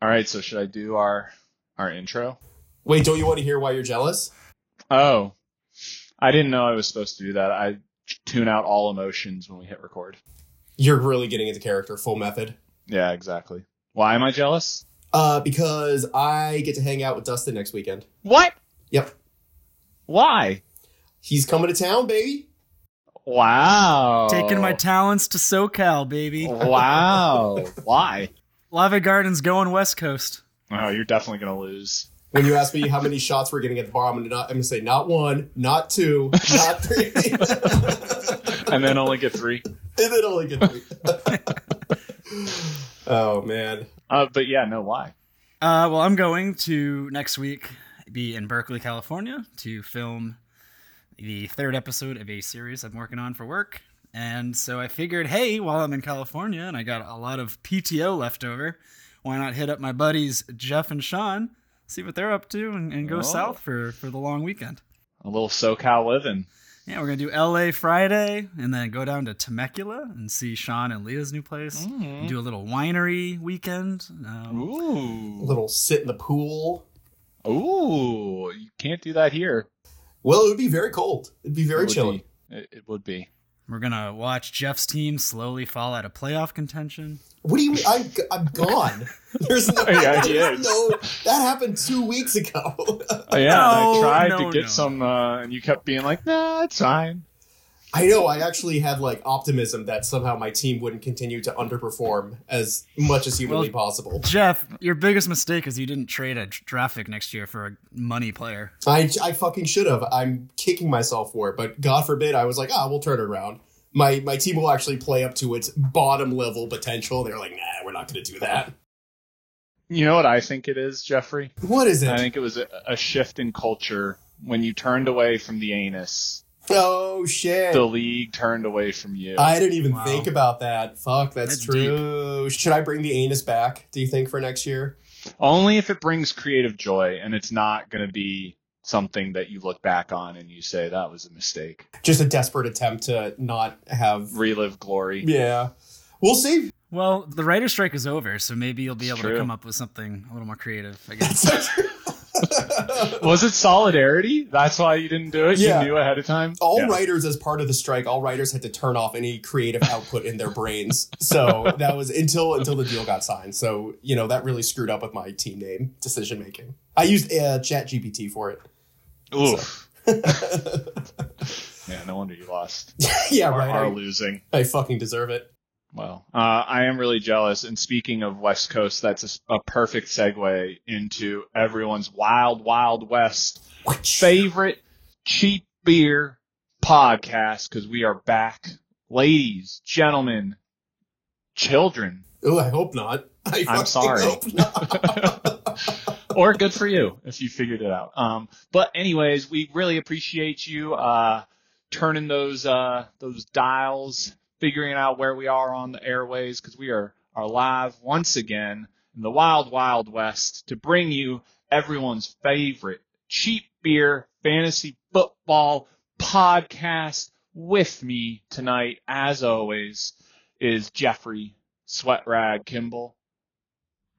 All right, so should I do our our intro? Wait, don't you want to hear why you're jealous? Oh, I didn't know I was supposed to do that. I tune out all emotions when we hit record. You're really getting into character, full method. Yeah, exactly. Why am I jealous? Uh, because I get to hang out with Dustin next weekend. What? Yep. Why? He's coming to town, baby. Wow. Taking my talents to SoCal, baby. Wow. Why? Lava Garden's going West Coast. Oh, you're definitely gonna lose. When you ask me how many shots we're getting at the bar, I'm gonna not, I'm gonna say not one, not two, not three. And then only get three. and then only get three. oh man. Uh, but yeah, no, why? Uh, well, I'm going to next week be in Berkeley, California to film the third episode of a series I'm working on for work. And so I figured, hey, while I'm in California and I got a lot of PTO left over, why not hit up my buddies Jeff and Sean, see what they're up to, and, and go Oh. south for, for the long weekend. A little SoCal living. Yeah, we're gonna do LA Friday and then go down to Temecula and see Sean and Leah's new place. Mhm. Mm-hmm. Do a little winery weekend. A Um, Ooh. little sit in the pool. Ooh. You can't do that here. Well, it would be very cold. It'd be very It would chilly. be. It, it would be. we're gonna watch Jeff's team slowly fall out of playoff contention. What do you mean? I'm, I'm gone. There's no, Yeah, he there's is. no. That happened two weeks ago. Oh, yeah, and I No, tried no, to get no. some, uh, and you kept being like, "Nah, it's fine." I know. I actually had like optimism that somehow my team wouldn't continue to underperform as much as humanly Well- possible. Jeff, your biggest mistake is you didn't trade a traffic next year for a money player. I, I fucking should have. I'm kicking myself for it, but God forbid I was like, ah, we'll turn it around. My my team will actually play up to its bottom level potential. They're like, nah, we're not going to do that. You know what I think it is, Jeffrey? What is I it? think it was a, a shift in culture when you turned away from the anus. Oh shit. The league turned away from you. I didn't even Wow. think about that. Fuck, that's, That's true. Should I bring the anus back? Do you think for next year? Only if it brings creative joy, and it's not going to be something that you look back on and you say that was a mistake. Just a desperate attempt to not have. Relive glory. Yeah, we'll see. Well, the writer's strike is over, so maybe you'll be It's able true. to come up with something a little more creative. I guess. Was it solidarity? That's why you didn't do it. Yeah. You knew ahead of time. all Yeah. writers, as part of the strike, all writers had to turn off any creative output in their brains. So that was until until the deal got signed. So you know that really screwed up with my team name decision making. I used uh, Chat GPT for it. Oof. yeah, no wonder you lost. yeah, Or right. are I, losing. I fucking deserve it. Well, uh, I am really jealous. And speaking of West Coast, that's a s- a, perfect segue into everyone's wild, wild West favorite cheap beer podcast because we are back. Ladies, gentlemen, children, Oh, I hope not. I fucking sorry. Hope not. or good for you if you figured it out. Um, but anyways, we really appreciate you uh, turning those uh, those dials, figuring out where we are on the airways because we are are live once again in the wild wild west to bring you everyone's favorite cheap beer fantasy football podcast. With me tonight, as always, is Jeffrey Sweat Rag Kimball.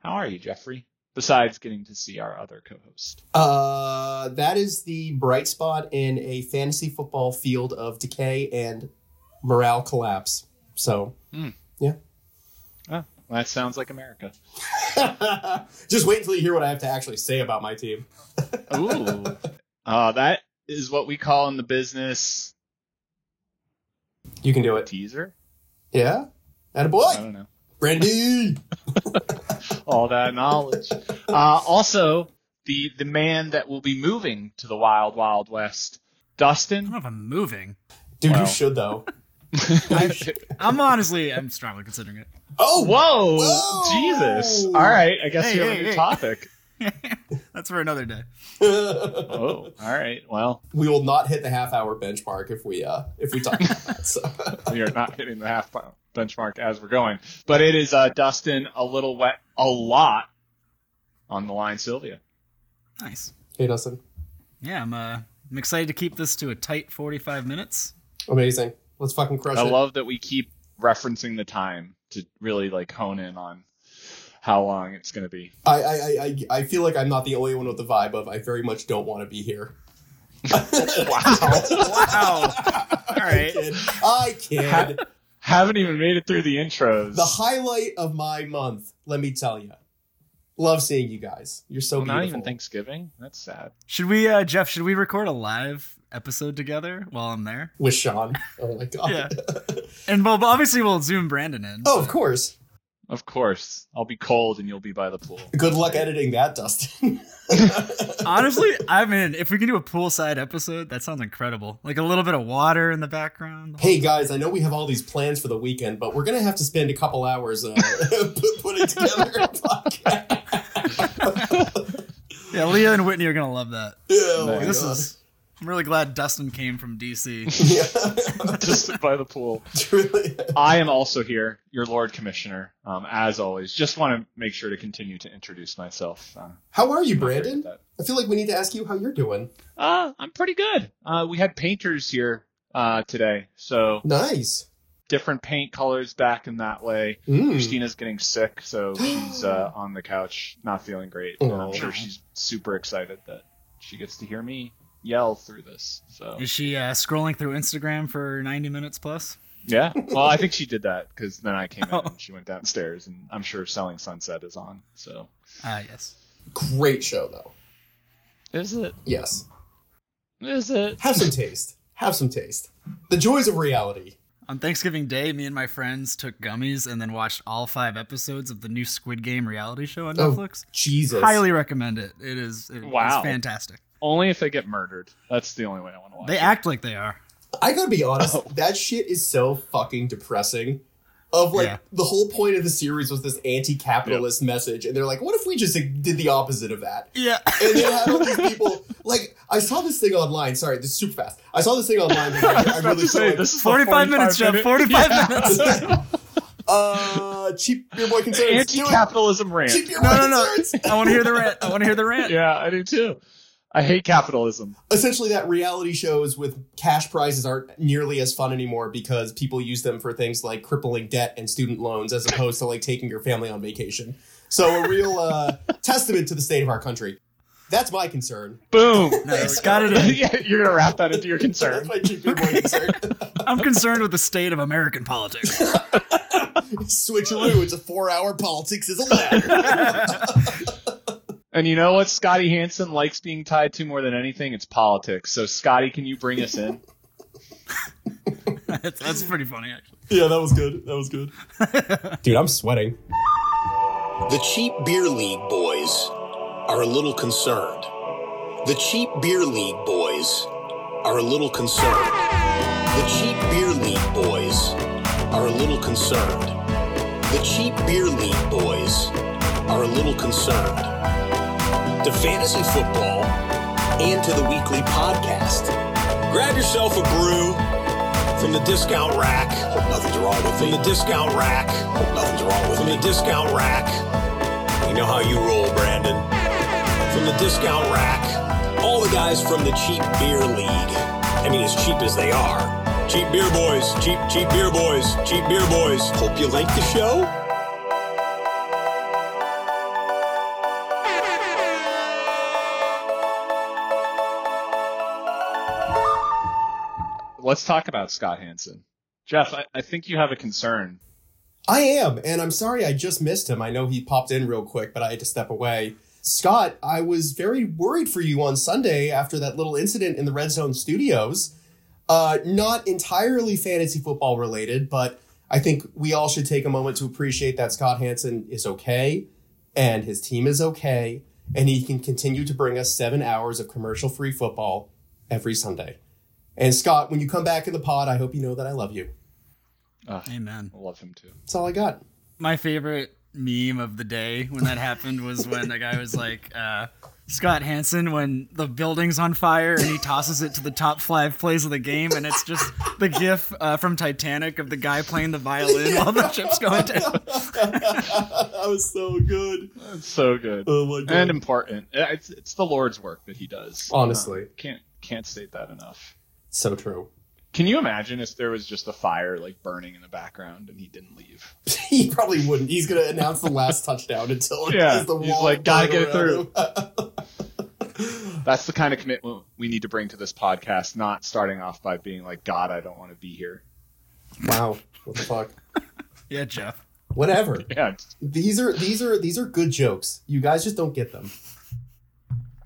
How are you, Jeffrey? besides getting to see our other co-host. uh, that is the bright spot in a fantasy football field of decay and morale collapse. So That sounds like America. just wait until you hear what I have to actually say about my team. Ooh, uh, that is what we call in the business You can do a it. teaser. Yeah? That a I boy? don't know Brandy! all that knowledge. Uh, also, the the man that will be moving to the wild wild west, I don't Dustin. know if I'm moving. Dude, Wow. you should though. I'm honestly, I'm strongly considering it. Oh, what? Whoa, Whoa! Jesus! All right, I guess we Hey, have hey, a new hey. topic. That's for another day. Oh, all right. Well, we will not hit the half hour benchmark if we uh if we talk about that. So. we are not hitting the half po- benchmark as we're going, but it is uh, Dustin a little wet, a lot on the line, Sylvia. Nice. Hey Dustin. Yeah, I'm uh, I'm excited to keep this to a tight 45 minutes. Amazing. Let's fucking crush I it. love that we keep referencing the time to really like hone in on how long it's going to be. I, I, I, I I feel like I'm not the only one with the vibe of I very much don't want to be here. Wow. All I right. kid. I kid. Haven't even made it through the intros. the highlight of my month, let me tell you. Love seeing you guys. You're so Well, beautiful. not even Thanksgiving. That's sad. Should we, uh, Jeff? Should we record a live episode together while I'm there? With Sean. Oh my god. Yeah. And well, obviously we'll zoom Brandon in. Oh, of course. Of course, I'll be cold and you'll be by the pool. Good luck editing that, Dustin. Honestly, I mean, if we can do a poolside episode, that sounds incredible. Like a little bit of water in the background. Hey guys, I know we have all these plans for the weekend, but we're gonna have to spend a couple hours uh, pu- putting together a podcast. Yeah, Leah and Whitney are gonna love that. oh my This God. is- I'm really glad Dustin came from DC. Yeah. Just sit by the pool. Really. I am also here, your Lord Commissioner, um, as always. Just want to make sure to continue to introduce myself. Uh, How are you, I'm not great at Brandon? that. I feel like we need to ask you how you're doing. Uh, I'm pretty good. Uh, we had painters here uh, today, so Nice. different paint colors back in that way. Mm. Christina's getting sick, so she's uh, on the couch, not feeling great. And I'm Aw. sure she's super excited that she gets to hear me yell through this. So Is she uh, scrolling through Instagram for 90 minutes plus? yeah, well, I think she did that because then I came in Oh. and she went downstairs, and I'm sure Selling Sunset is on. So Ah, yes. Great show though. is it? Yes. Is it? Have some taste. Have some taste. The joys of reality. On Thanksgiving Day, me and my friends took gummies and then watched all five episodes of the new Squid Game reality show on Oh, Netflix. Jesus. Highly recommend it. It is it- Wow. it's fantastic. Only if they get murdered. That's the only way I want to watch. They it. act like they are. I gotta be honest, Oh. that shit is so fucking depressing. Of like Yeah. the whole point of the series was this anti-capitalist message, and they're like, "What if we just like, did the opposite of that?" Yeah. And then have all these people like I saw this thing online. Sorry, this is super fast. I saw this thing online. and I, I I was about really to felt say like, this is the 45 minutes, Jeff. 45 minute- 45 minutes. uh, cheap beer boy concerns. Do it. Anti-capitalism Cheap rant. beer boy No, no, no. concerns. I want to hear the rant. I want to hear the rant. Yeah, I do too. I hate capitalism. essentially that reality shows with cash prizes aren't nearly as fun anymore because people use them for things like crippling debt and student loans as opposed to like taking your family on vacation so a real uh, testament to the state of our country that's my concern Boom. Nice. There we Got it in. Yeah, You're gonna wrap that into your concern. that's my cheap beer boy concern I'm concerned with the state of American politics. switcheroo it's a four hour politics is a ladder And you know what Scotty Hansen likes being tied to more than anything? It's politics. So Scotty, can you bring us in? that's, that's pretty funny, actually. yeah that was good that was good dude i'm sweating The Cheap Beer League boys are a little concerned. The Cheap Beer League boys are a little concerned. The Cheap Beer League boys are a little concerned. The Cheap Beer League boys are a little concerned. To fantasy football and to the weekly podcast. Grab yourself a brew from the discount rack. Hope nothing's wrong with it. From the discount rack. Hope nothing's wrong with it. From the discount rack. We know how you roll, Brandon. From the discount rack. All the guys from the Cheap Beer League. I mean, as cheap as they are. Cheap beer boys. Cheap, cheap beer boys. Cheap beer boys. Hope you like the show. Let's talk about Scott Hansen. Jeff, I, I think you have a concern. I am, and I'm sorry I just missed him. I know he popped in real quick, but I had to step away. Scott, I was very worried for you on Sunday after that little incident in the Red Zone Studios. Uh, not entirely fantasy football related, but I think we all should take a moment to appreciate that Scott Hansen is okay and his team is okay, and he can continue to bring us seven hours of commercial free football every Sunday. And Scott, when you come back in the pod, I hope you know that I love you. Amen. I love him too. That's all I got. My favorite meme of the day when that happened was when the guy was like, uh, Scott Hansen, when the building's on fire and he tosses it to the top five plays of the game, and it's just the gif uh, from Titanic of the guy playing the violin while the ship's going down. that was so good. It's so good Oh my god. and important. Uh, It's it's the Lord's work that he does. Uh, Honestly. Um, can't can't state that enough. so true. Can you imagine if there was just a fire like burning in the background and he didn't leave? he probably wouldn't. He's gonna announce the last touchdown until Yeah, it's the he's wall like, "Gotta going get it around." That's the kind of commitment we need to bring to this podcast, not starting off by being like, God, I don't want to be here. wow, what the fuck? Yeah, Jeff. Whatever. Yeah, These are these are these are good jokes. You guys just don't get them.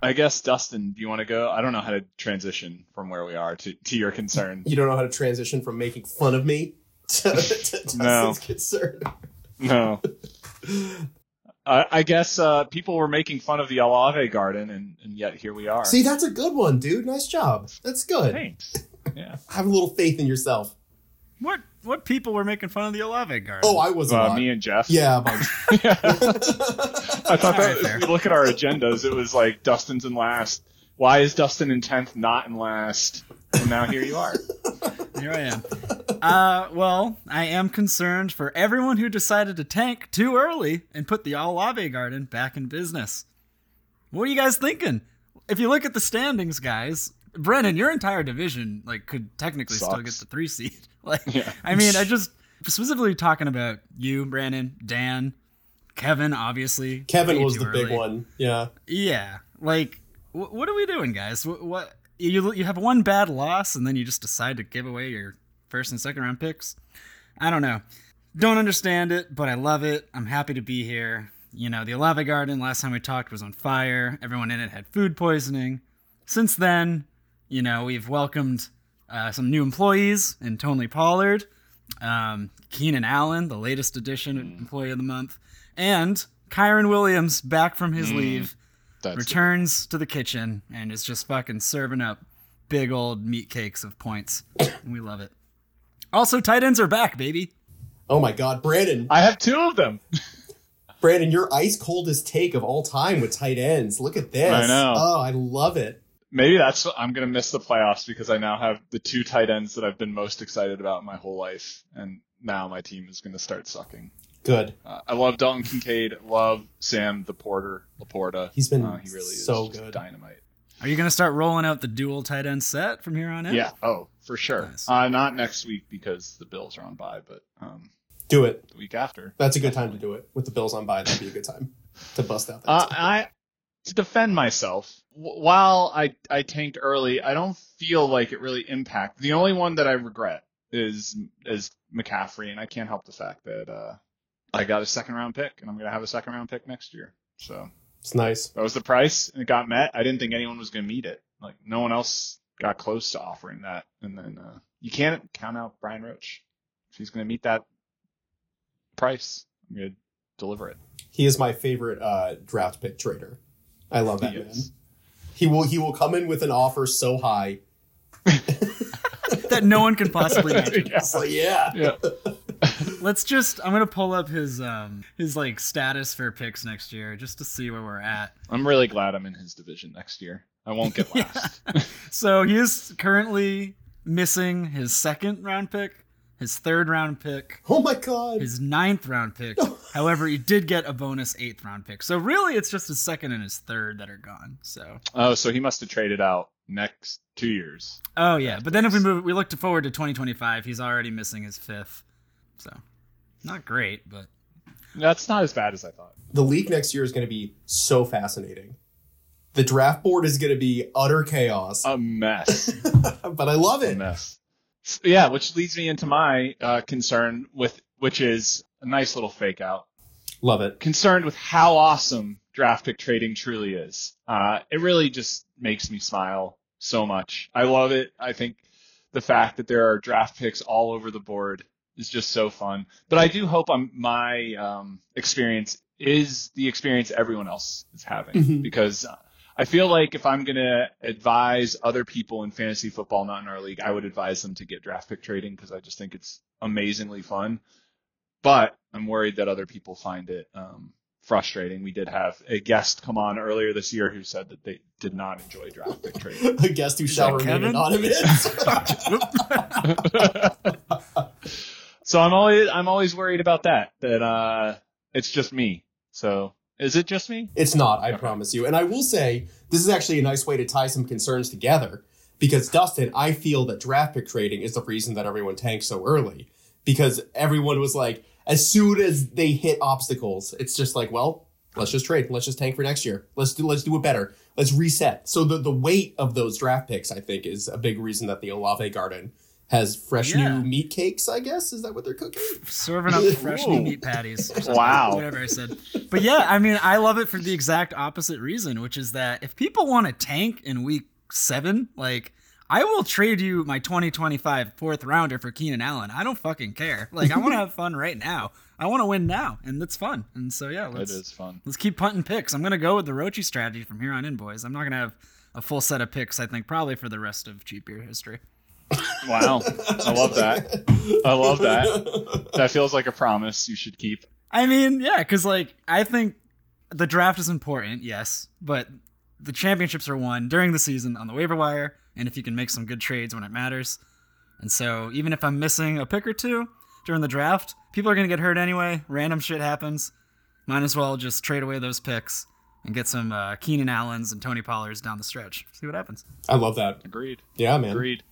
I guess Dustin, do you want to go? I don't know how to transition from where we are to, to your concern. You don't know how to transition from making fun of me to, to Dustin's No. concern. No. I, I guess uh, people were making fun of the Alave Garden, and, and yet here we are. See, that's a good one, dude. Nice job. That's good. Thanks. Yeah. Have a little faith in yourself. What what people were making fun of the Olave Garden? Oh, I was a Uh, lot. me and Jeff. yeah, a bunch. I thought All right, that fair. if we look at our agendas, it was like Dustin's in last. Why is Dustin in tenth, not in last? And now here you are. Here I am. Uh, well, I am concerned for everyone who decided to tank too early and put the Olave Garden back in business. What are you guys thinking? If you look at the standings, guys, Brennan, your entire division like could technically still get Sucks. the three seed. Like, Yeah. I mean, I just specifically talking about you, Brandon, Dan, Kevin, obviously. Kevin way was too the big early. one. Yeah. Yeah, like wh- what are we doing, guys? What, what you you have one bad loss and then you just decide to give away your first and second round picks? I don't know. Don't understand it, but I love it. I'm happy to be here. You know, the Olave Garden last time we talked was on fire. Everyone in it had food poisoning. Since then, you know, we've welcomed uh, some new employees in Tony Pollard, um, Keenan Allen, the latest addition employee of the month, and Kyron Williams back from his leave That's returns to the kitchen and is just fucking serving up big old meat cakes of points. and we love it. Also, tight ends are back, baby. Oh my God, Brandon! I have two of them. Brandon, your ice coldest take of all time with tight ends. Look at this. I know. Oh, I love it. Maybe that's what I'm gonna miss the playoffs because I now have the two tight ends that I've been most excited about my whole life, and now my team is gonna start sucking. Good. Uh, I love Dalton Kincaid. Love Sam the Porter Laporta. He's been uh, he really is so just good. dynamite. Are you going to start rolling out the dual tight end set from here on Yeah. in? Oh, for sure. Nice. Uh, not next week because the Bills are on bye, but um, Do it. the week after. That's a good time to do it. With the Bills on by, that'd be a good time to bust out that. Uh, I to defend myself. wh- While I I tanked early, I don't feel like it really impacted. The only one that I regret is is McCaffrey, and I can't help the fact that uh, I got a second round pick, and I'm gonna have a second round pick next year. So it's nice. that was the price, and it got met. I didn't think anyone was gonna meet it. Like no one else got close to offering that, and then uh, you can't count out Brian Roach. If he's gonna meet that price, I'm gonna deliver it. He is my favorite uh, draft pick trader. I love that He man. is. He will he will come in with an offer so high. That no one can possibly make. Yeah. It's like, yeah. Yeah. Let's just I'm going to pull up his um his like status for picks next year just to see where we're at. I'm really glad I'm in his division next year. I won't get last. So he is currently missing his second round pick, his third round pick, Oh my god. his ninth round pick. However, he did get a bonus eighth round pick. So really, it's just his second and his third that are gone. So oh, so he must have traded out next two years. oh yeah, but then if we move, we looked forward to 2025. He's already missing his fifth. So not great, but That's not as bad as I thought. the league next year is going to be so fascinating. The draft board is going to be utter chaos, A mess. but I love A it. mess. S- Yeah, which leads me into my uh, concern with which is a nice little fake out. Love it. Concerned with how awesome draft pick trading truly is. Uh, it really just makes me smile so much. I love it. I think the fact that there are draft picks all over the board is just so fun. But I do hope I'm, my um, experience is the experience everyone else is having Mhm. because I feel like if I'm going to advise other people in fantasy football not in our league, I would advise them to get draft pick trading because I just think it's amazingly fun. But I'm worried that other people find it um, frustrating. We did have a guest come on earlier this year who said that they did not enjoy draft pick trading. A guest who shall that remain Kevin? anonymous. so I'm always I'm always worried about that. That uh, it's just me. So is it just me? it's not, I promise you. And I will say, this is actually a nice way to tie some concerns together. because Dustin, I feel that draft pick trading is the reason that everyone tanked so early because everyone was like, as soon as they hit obstacles, it's just like, well, let's just trade, let's just tank for next year, let's do, let's do it better, let's reset. So the the weight of those draft picks, I think, is a big reason that the Olave Garden has fresh Yeah. new meat cakes. I guess is that what they're cooking? serving up fresh new Whoa. meat patties. or something, Wow. Whatever I said. But yeah, I mean, I love it for the exact opposite reason, which is that if people want to tank in week seven, like, I will trade you my 2025 fourth rounder for Keenan Allen. I don't fucking care. Like, I want to have fun right now. I want to win now, and that's fun. And so, yeah, It let's, is fun. let's keep punting picks. I'm going to go with the Rochi strategy from here on in, boys. I'm not going to have a full set of picks, I think, probably for the rest of cheap beer history. Wow. I love that. I love that. That feels like a promise you should keep. I mean, yeah, because like I think the draft is important, yes, but the championships are won during the season on the waiver wire, and if you can make some good trades when it matters. And so, even if I'm missing a pick or two during the draft, people are gonna get hurt anyway. Random shit happens. Might as well just trade away those picks and get some uh, Keenan Allen's and Tony Pollard's down the stretch. See what happens. I love that. Agreed. Yeah, man. Agreed.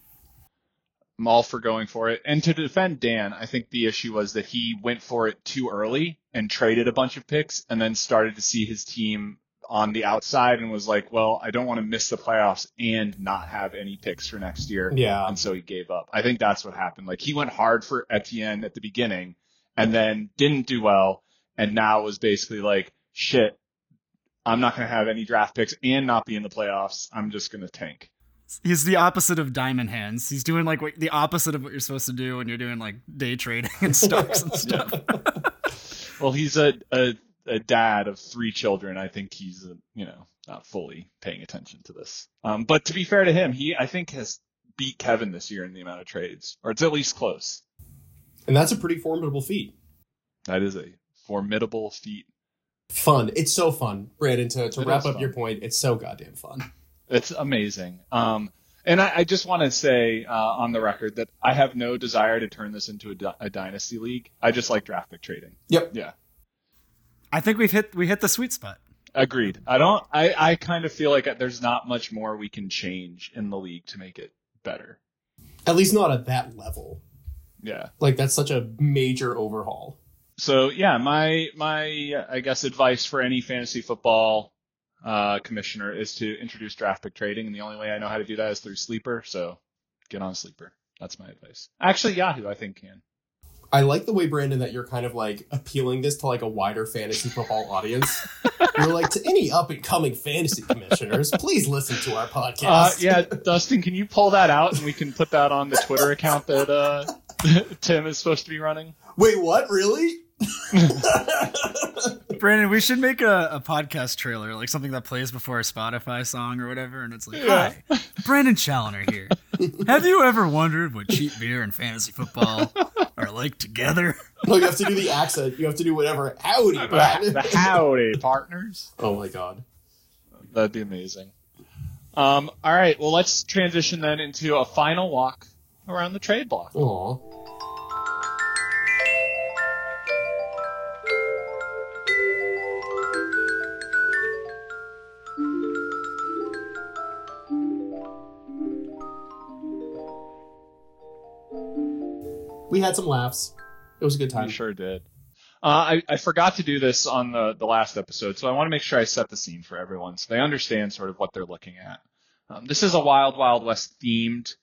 I'm all for going for it. And to defend Dan, I think the issue was that he went for it too early and traded a bunch of picks and then started to see his team on the outside and was like, well, I don't want to miss the playoffs and not have any picks for next year. Yeah. And so he gave up. I think that's what happened. Like he went hard for Etienne at the beginning and then didn't do well. And now was basically like, shit, I'm not going to have any draft picks and not be in the playoffs. I'm just going to tank. He's the opposite of diamond hands. He's doing like what, the opposite of what you're supposed to do when you're doing like day trading and stocks and stuff. Well, he's a, a a dad of three children. I think he's uh you know not fully paying attention to this. Um, but to be fair to him, he I think has beat Kevin this year in the amount of trades, or it's at least close. And that's a pretty formidable feat. That is a formidable feat. Fun. It's so fun, Brandon. To, to It wrap is up fun. your point, it's so goddamn fun. It's amazing. Um, and I, I just want to say uh, on the record that I have no desire to turn this into a, dy- a dynasty league. I just like draft pick trading. Yep. Yeah. I think we've hit we hit the sweet spot. Agreed. I don't. I, I kind of feel like there's not much more we can change in the league to make it better. At least not at that level. Yeah. Like that's such a major overhaul. so yeah, my my uh, I guess advice for any fantasy football uh, commissioner is to introduce draft pick trading, and the only way I know how to do that is through Sleeper. So get on Sleeper. That's my advice. Actually, Yahoo I think can. I like the way Brandon that you're kind of like appealing this to like a wider fantasy football audience. you're like to any up and coming fantasy commissioners, please listen to our podcast. Uh, yeah, Dustin, can you pull that out and we can put that on the Twitter account that uh, Tim is supposed to be running? Wait, what? Really? Brandon, we should make a, a podcast trailer, like something that plays before a Spotify song or whatever, and it's like, Yeah. hi, Brandon Challoner here. Have you ever wondered what cheap beer and fantasy football are like together? no, you have to do the accent. You have to do whatever. Howdy, Brandon. The howdy partners. oh my god. That'd be amazing. Um, all right, well let's transition then into a final walk around the trade block. Aw. We had some laughs. It was a good time. You sure did. Uh, I, I forgot to do this on the, the last episode, so I want to make sure I set the scene for everyone so they understand sort of what they're looking at. Um, this is a Wild Wild West themed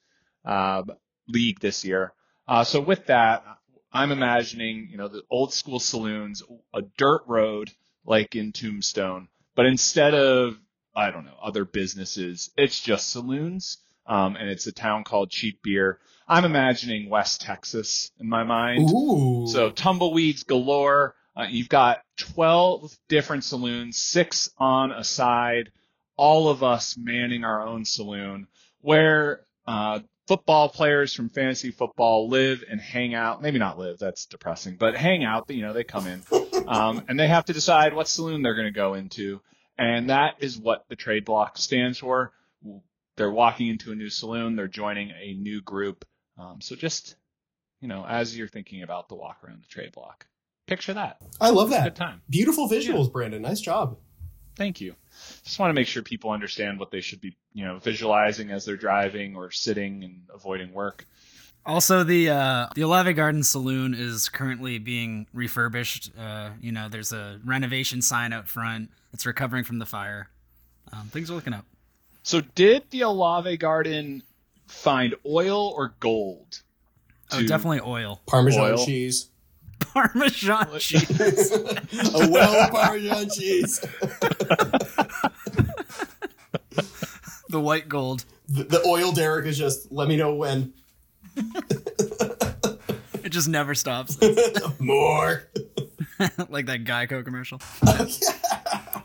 uh, league this year. Uh, so with that, I'm imagining, you know, the old school saloons, a dirt road like in Tombstone, but instead of, I don't know, other businesses, it's just saloons. Um, and it's a town called Cheap Beer. I'm imagining West Texas in my mind. Ooh. So tumbleweeds galore. Uh, you've got 12 different saloons, six on a side, all of us manning our own saloon where uh, football players from fantasy football live and hang out. Maybe not live, that's depressing, but hang out. You know, they come in um, and they have to decide what saloon they're going to go into. And that is what the trade block stands for. They're walking into a new saloon, they're joining a new group. Um, so just you know, as you're thinking about the walk around the trade block, picture that. I love Good that. time. Beautiful visuals, Brandon. Nice job. Thank you. Just want to make sure people understand what they should be, you know, visualizing as they're driving or sitting and avoiding work. Also, the uh, the Olave Garden Saloon is currently being refurbished. Uh, you know, there's a renovation sign out front. It's recovering from the fire. Um, things are looking up. So, did the Olave Garden find oil or gold? Oh, to- definitely oil. Parmesan Oil. cheese. Parmesan cheese. A well of Parmesan cheese. the white gold. The, the oil Derek is just let me know when It just never stops. more. like that Geico commercial. Oh,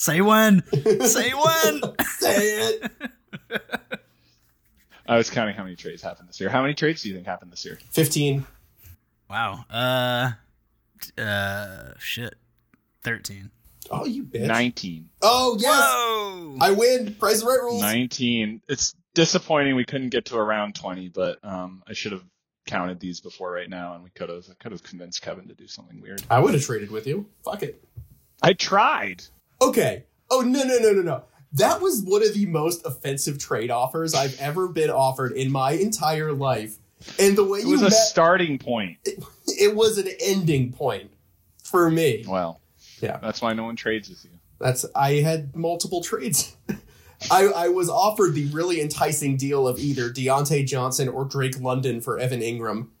Say when. Say when. Say it. I was Uh, counting how many trades happened this year. How many trades do you think happened this year? Fifteen. Wow. Uh, t- uh, shit. 13. Oh, you bitch. 19. Oh yes, Whoa! I win. Price the right rules. 19. It's disappointing we couldn't get to around 20, but um, I should have counted these before right now, and we could have I could have convinced Kevin to do something weird. I would have traded with you. Fuck it. I tried. Okay. Oh no no no no no. That was one of the most offensive trade offers I've ever been offered in my entire life. And the way It you was a met, starting point. it was an ending point for me. Well, Yeah. that's why no one trades with you. That's I had multiple trades. I, I was offered the really enticing deal of either Deontay Johnson or Drake London for Evan Ingram.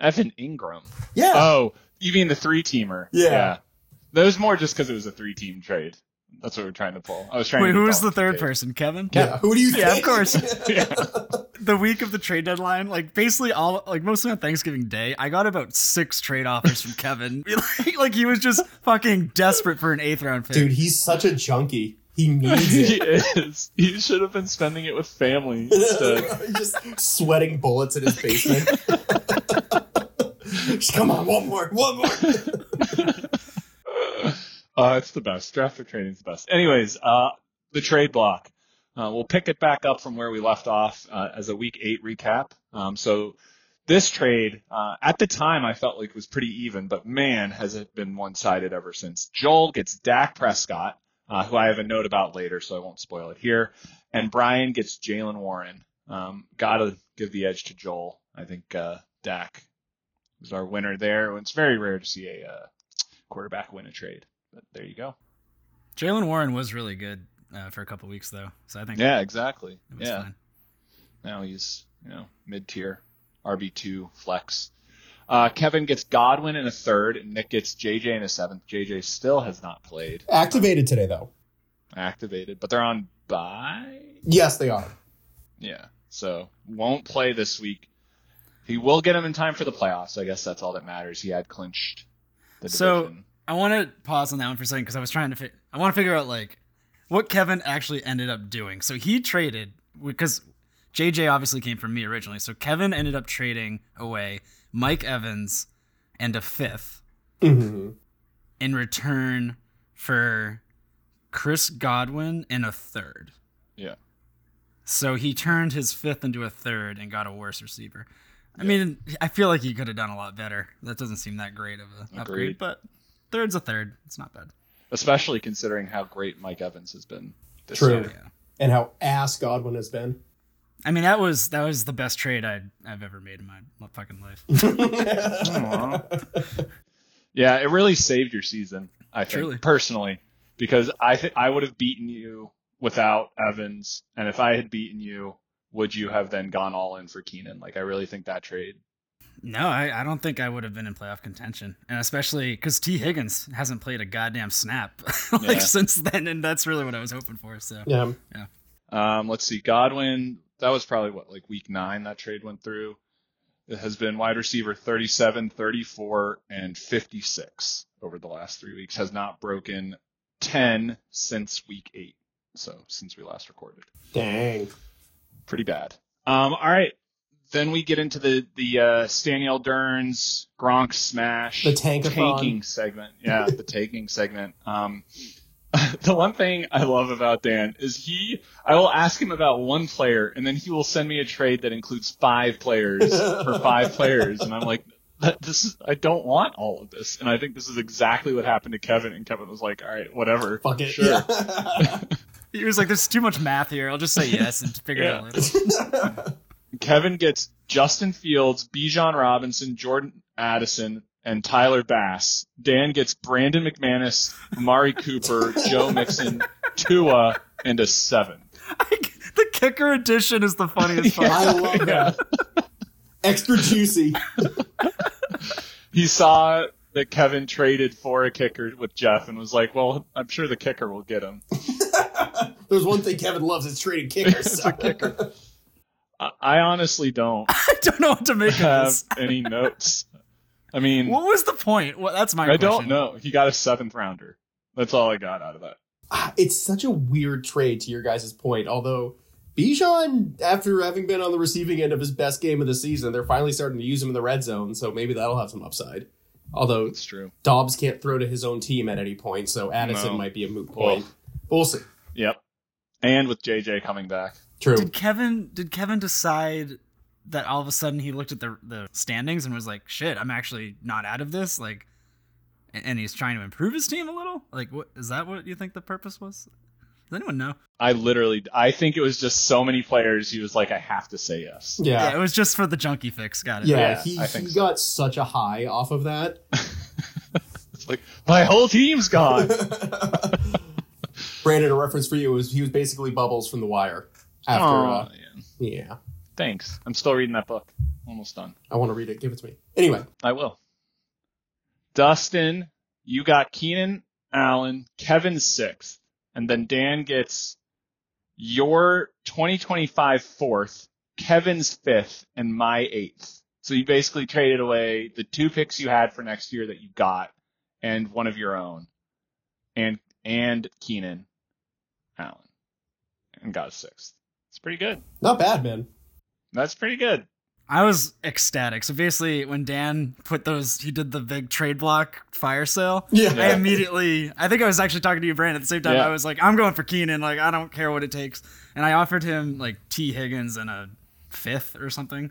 Evan Ingram. Yeah. Oh, you mean the three teamer? Yeah. That was more just because it was a three team trade. That's what we're trying to pull. I was trying. Wait, to who was the third person? Kevin? yeah. Who do you think? Yeah, of course. person? the week of the trade deadline, like basically all, like mostly on Thanksgiving Day, I got about six trade offers from Kevin. like, like he was just fucking desperate for an eighth round pick. Dude, he's such a junkie. He needs he it. is. He should have been spending it with family instead. just sweating bullets in his basement. Just, Come on, one more, one more. Uh, it's the best. Draft or trading's the best. Anyways, uh, the trade block. Uh, we'll pick it back up from where we left off uh, as a week eight recap. Um, so this trade, uh, at the time, I felt like was pretty even, but man, has it been one sided ever since. Joel gets Dak Prescott, uh, who I have a note about later, so I won't spoil it here, and Brian gets Jalen Warren. Um, gotta give the edge to Joel. I think uh, Dak was our winner there. It's very rare to see a uh, quarterback win a trade. But there you go. Jalen Warren was really good uh, for a couple weeks though, so I think Yeah, exactly. it was Yeah. fine. Now he's, you know, mid tier, RB two flex. Uh, Kevin gets Godwin in a third, and Nick gets JJ in a seventh. JJ still has not played, Activated today, though. activated, but they're on bye. Yes, they are. Yeah, so won't play this week. He will get him in time for the playoffs. I guess that's all that matters. He had clinched the So- division. I want to pause on that one for a second because I was trying to. Fi- I want to figure out like what Kevin actually ended up doing. So he traded because JJ obviously came from me originally. So Kevin ended up trading away Mike Evans and a fifth in return for Chris Godwin and a third. Yeah. So he turned his fifth into a third and got a worse receiver. I mean, I feel like he could have done a lot better. That doesn't seem that great of an Agreed. upgrade, but third's a third. It's not bad. especially considering how great Mike Evans has been. This True. Year. Yeah. And how ass Godwin has been. I mean, that was that was the best trade I I've ever made in my fucking life. Yeah, it really saved your season. I think Truly. personally, because I th- I would have beaten you without Evans, and if I had beaten you, would you have then gone all in for Keenan? Like I really think that trade. no, I, I don't think I would have been in playoff contention, and especially because T Higgins hasn't played a goddamn snap like Yeah. since then, and that's really what I was hoping for. So Yeah. Um, let's see, Godwin. That was probably what like week nine that trade went through. It has been wide receiver 37, 34, and 56 over the last three weeks. Has not broken 10 since week eight. So since we last recorded. Dang. pretty bad. Um, all right, then we get into the the uh, Staniel Dern's Gronk smash, The tankathon. tanking segment. Yeah, the taking segment. Um, the one thing I love about Dan is he. I will ask him about one player, and then he will send me a trade that includes five players for five players, and I'm like, that this is, I don't want all of this. And I think this is exactly what happened to Kevin. And Kevin was like, all right, whatever. Fuck it. Sure. Yeah. He was like, "There's too much math here. I'll just say yes and figure it out later." Kevin gets Justin Fields, Bijan Robinson, Jordan Addison, and Tyler Bass. Dan gets Brandon McManus, Amari Cooper, Joe Mixon, Tua, and a seven. Like, the kicker edition is the funniest part. I love that. Extra juicy. He saw that Kevin traded for a kicker with Jeff and was like, well, I'm sure the kicker will get him. There's one thing Kevin loves is trading kickers. It's a kicker. I, I honestly don't I don't know what to make of have this. any notes. I mean, What was the point? Well, that's my I question. don't know. He got a seventh rounder. That's all I got out of that. Ah, It's such a weird trade to your guys' point. Although Bijan, after having been on the receiving end of his best game of the season, they're finally starting to use him in the red zone, so maybe that'll have some upside. Although It's true. Dobbs can't throw to his own team at any point, so Addison No. might be a moot point. We'll see. Yep. And with JJ coming back. True. Did Kevin did Kevin decide that all of a sudden he looked at the the standings and was like, "Shit, I'm actually not out of this." Like and and he's trying to improve his team a little? Like what is that what you think the purpose was? Does anyone know? I literally, I think it was just so many players. He was like, I have to say yes. Yeah, yeah. it was just for the junkie fix. Got it. Yeah, Yeah, he, I he think so. got such a high off of that. It's like my whole team's gone. Brandon, a reference for you was he was basically Bubbles from The Wire. After, Aw, uh, man. yeah, thanks. I'm still reading that book. Almost done. I want to read it. Give it to me. Anyway, I will. Dustin, you got Keenan Allen, Kevin sixth, and then Dan gets your 2025 fourth, Kevin's fifth, and my eighth. So you basically traded away the two picks you had for next year that you got, and one of your own, and and Keenan Allen, and got a sixth. It's pretty good. not bad, man. That's pretty good. I was ecstatic. So basically, when Dan put those, he did the big trade block fire sale. Yeah. I immediately, I think I was actually talking to you, Brandon, at the same time. Yeah. I was like, I'm going for Keenan. Like, I don't care what it takes. And I offered him like T. Higgins and a fifth or something.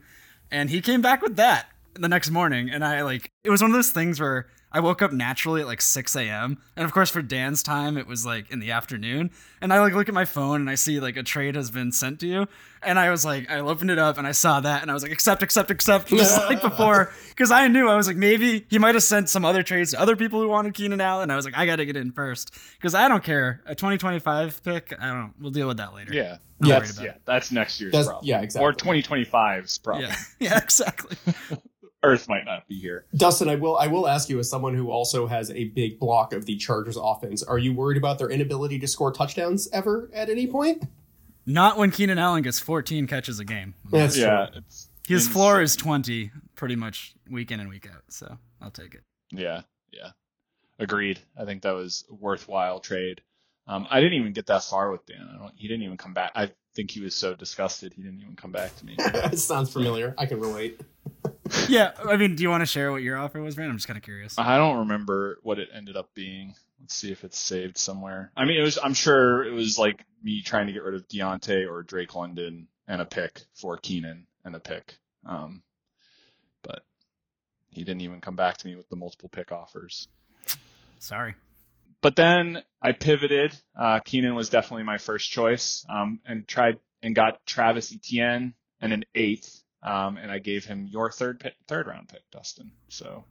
And he came back with that the next morning. And I like, it was one of those things where I woke up naturally at like 6 a.m. And of course, for Dan's time, it was like in the afternoon. And I like look at my phone and I see like a trade has been sent to you. And I was like, I opened it up and I saw that. And I was like, accept, accept, accept. Just like before. Cause I knew I was like, maybe he might have sent some other trades to other people who wanted Keenan Allen. I was like, I got to get in first. Cause I don't care. A 2025 pick, I don't, we'll deal with that later. Yeah. I'm not worried That's, about yeah, that's next year's That's- problem. yeah, Or exactly. 2025's problem. Yeah. Yeah, exactly. Earth might not be here. Dustin, I will I will ask you as someone who also has a big block of the Chargers offense, are you worried about their inability to score touchdowns ever at any point? Not when Keenan Allen gets 14 catches a game. That's yeah, it's His ins- floor is 20 pretty much week in and week out. So I'll take it. Yeah, yeah, agreed. I think that was a worthwhile trade. Um, I didn't even get that far with Dan. I don't, he didn't even come back. I think he was so disgusted he didn't even come back to me. true. it sounds familiar. I can relate. Yeah. I mean, do you want to share what your offer was, Brandon? I'm just kind of curious. I don't remember what it ended up being. Let's see if it's saved somewhere. I mean, it was. I'm sure it was like me trying to get rid of Deontay or Drake London and a pick for Keenan and a pick. Um, but he didn't even come back to me with the multiple pick offers. Sorry. but then I pivoted. Uh, Keenan was definitely my first choice, um, and tried and got Travis Etienne and an eighth, um, and I gave him your third pick, third round pick, Dustin. So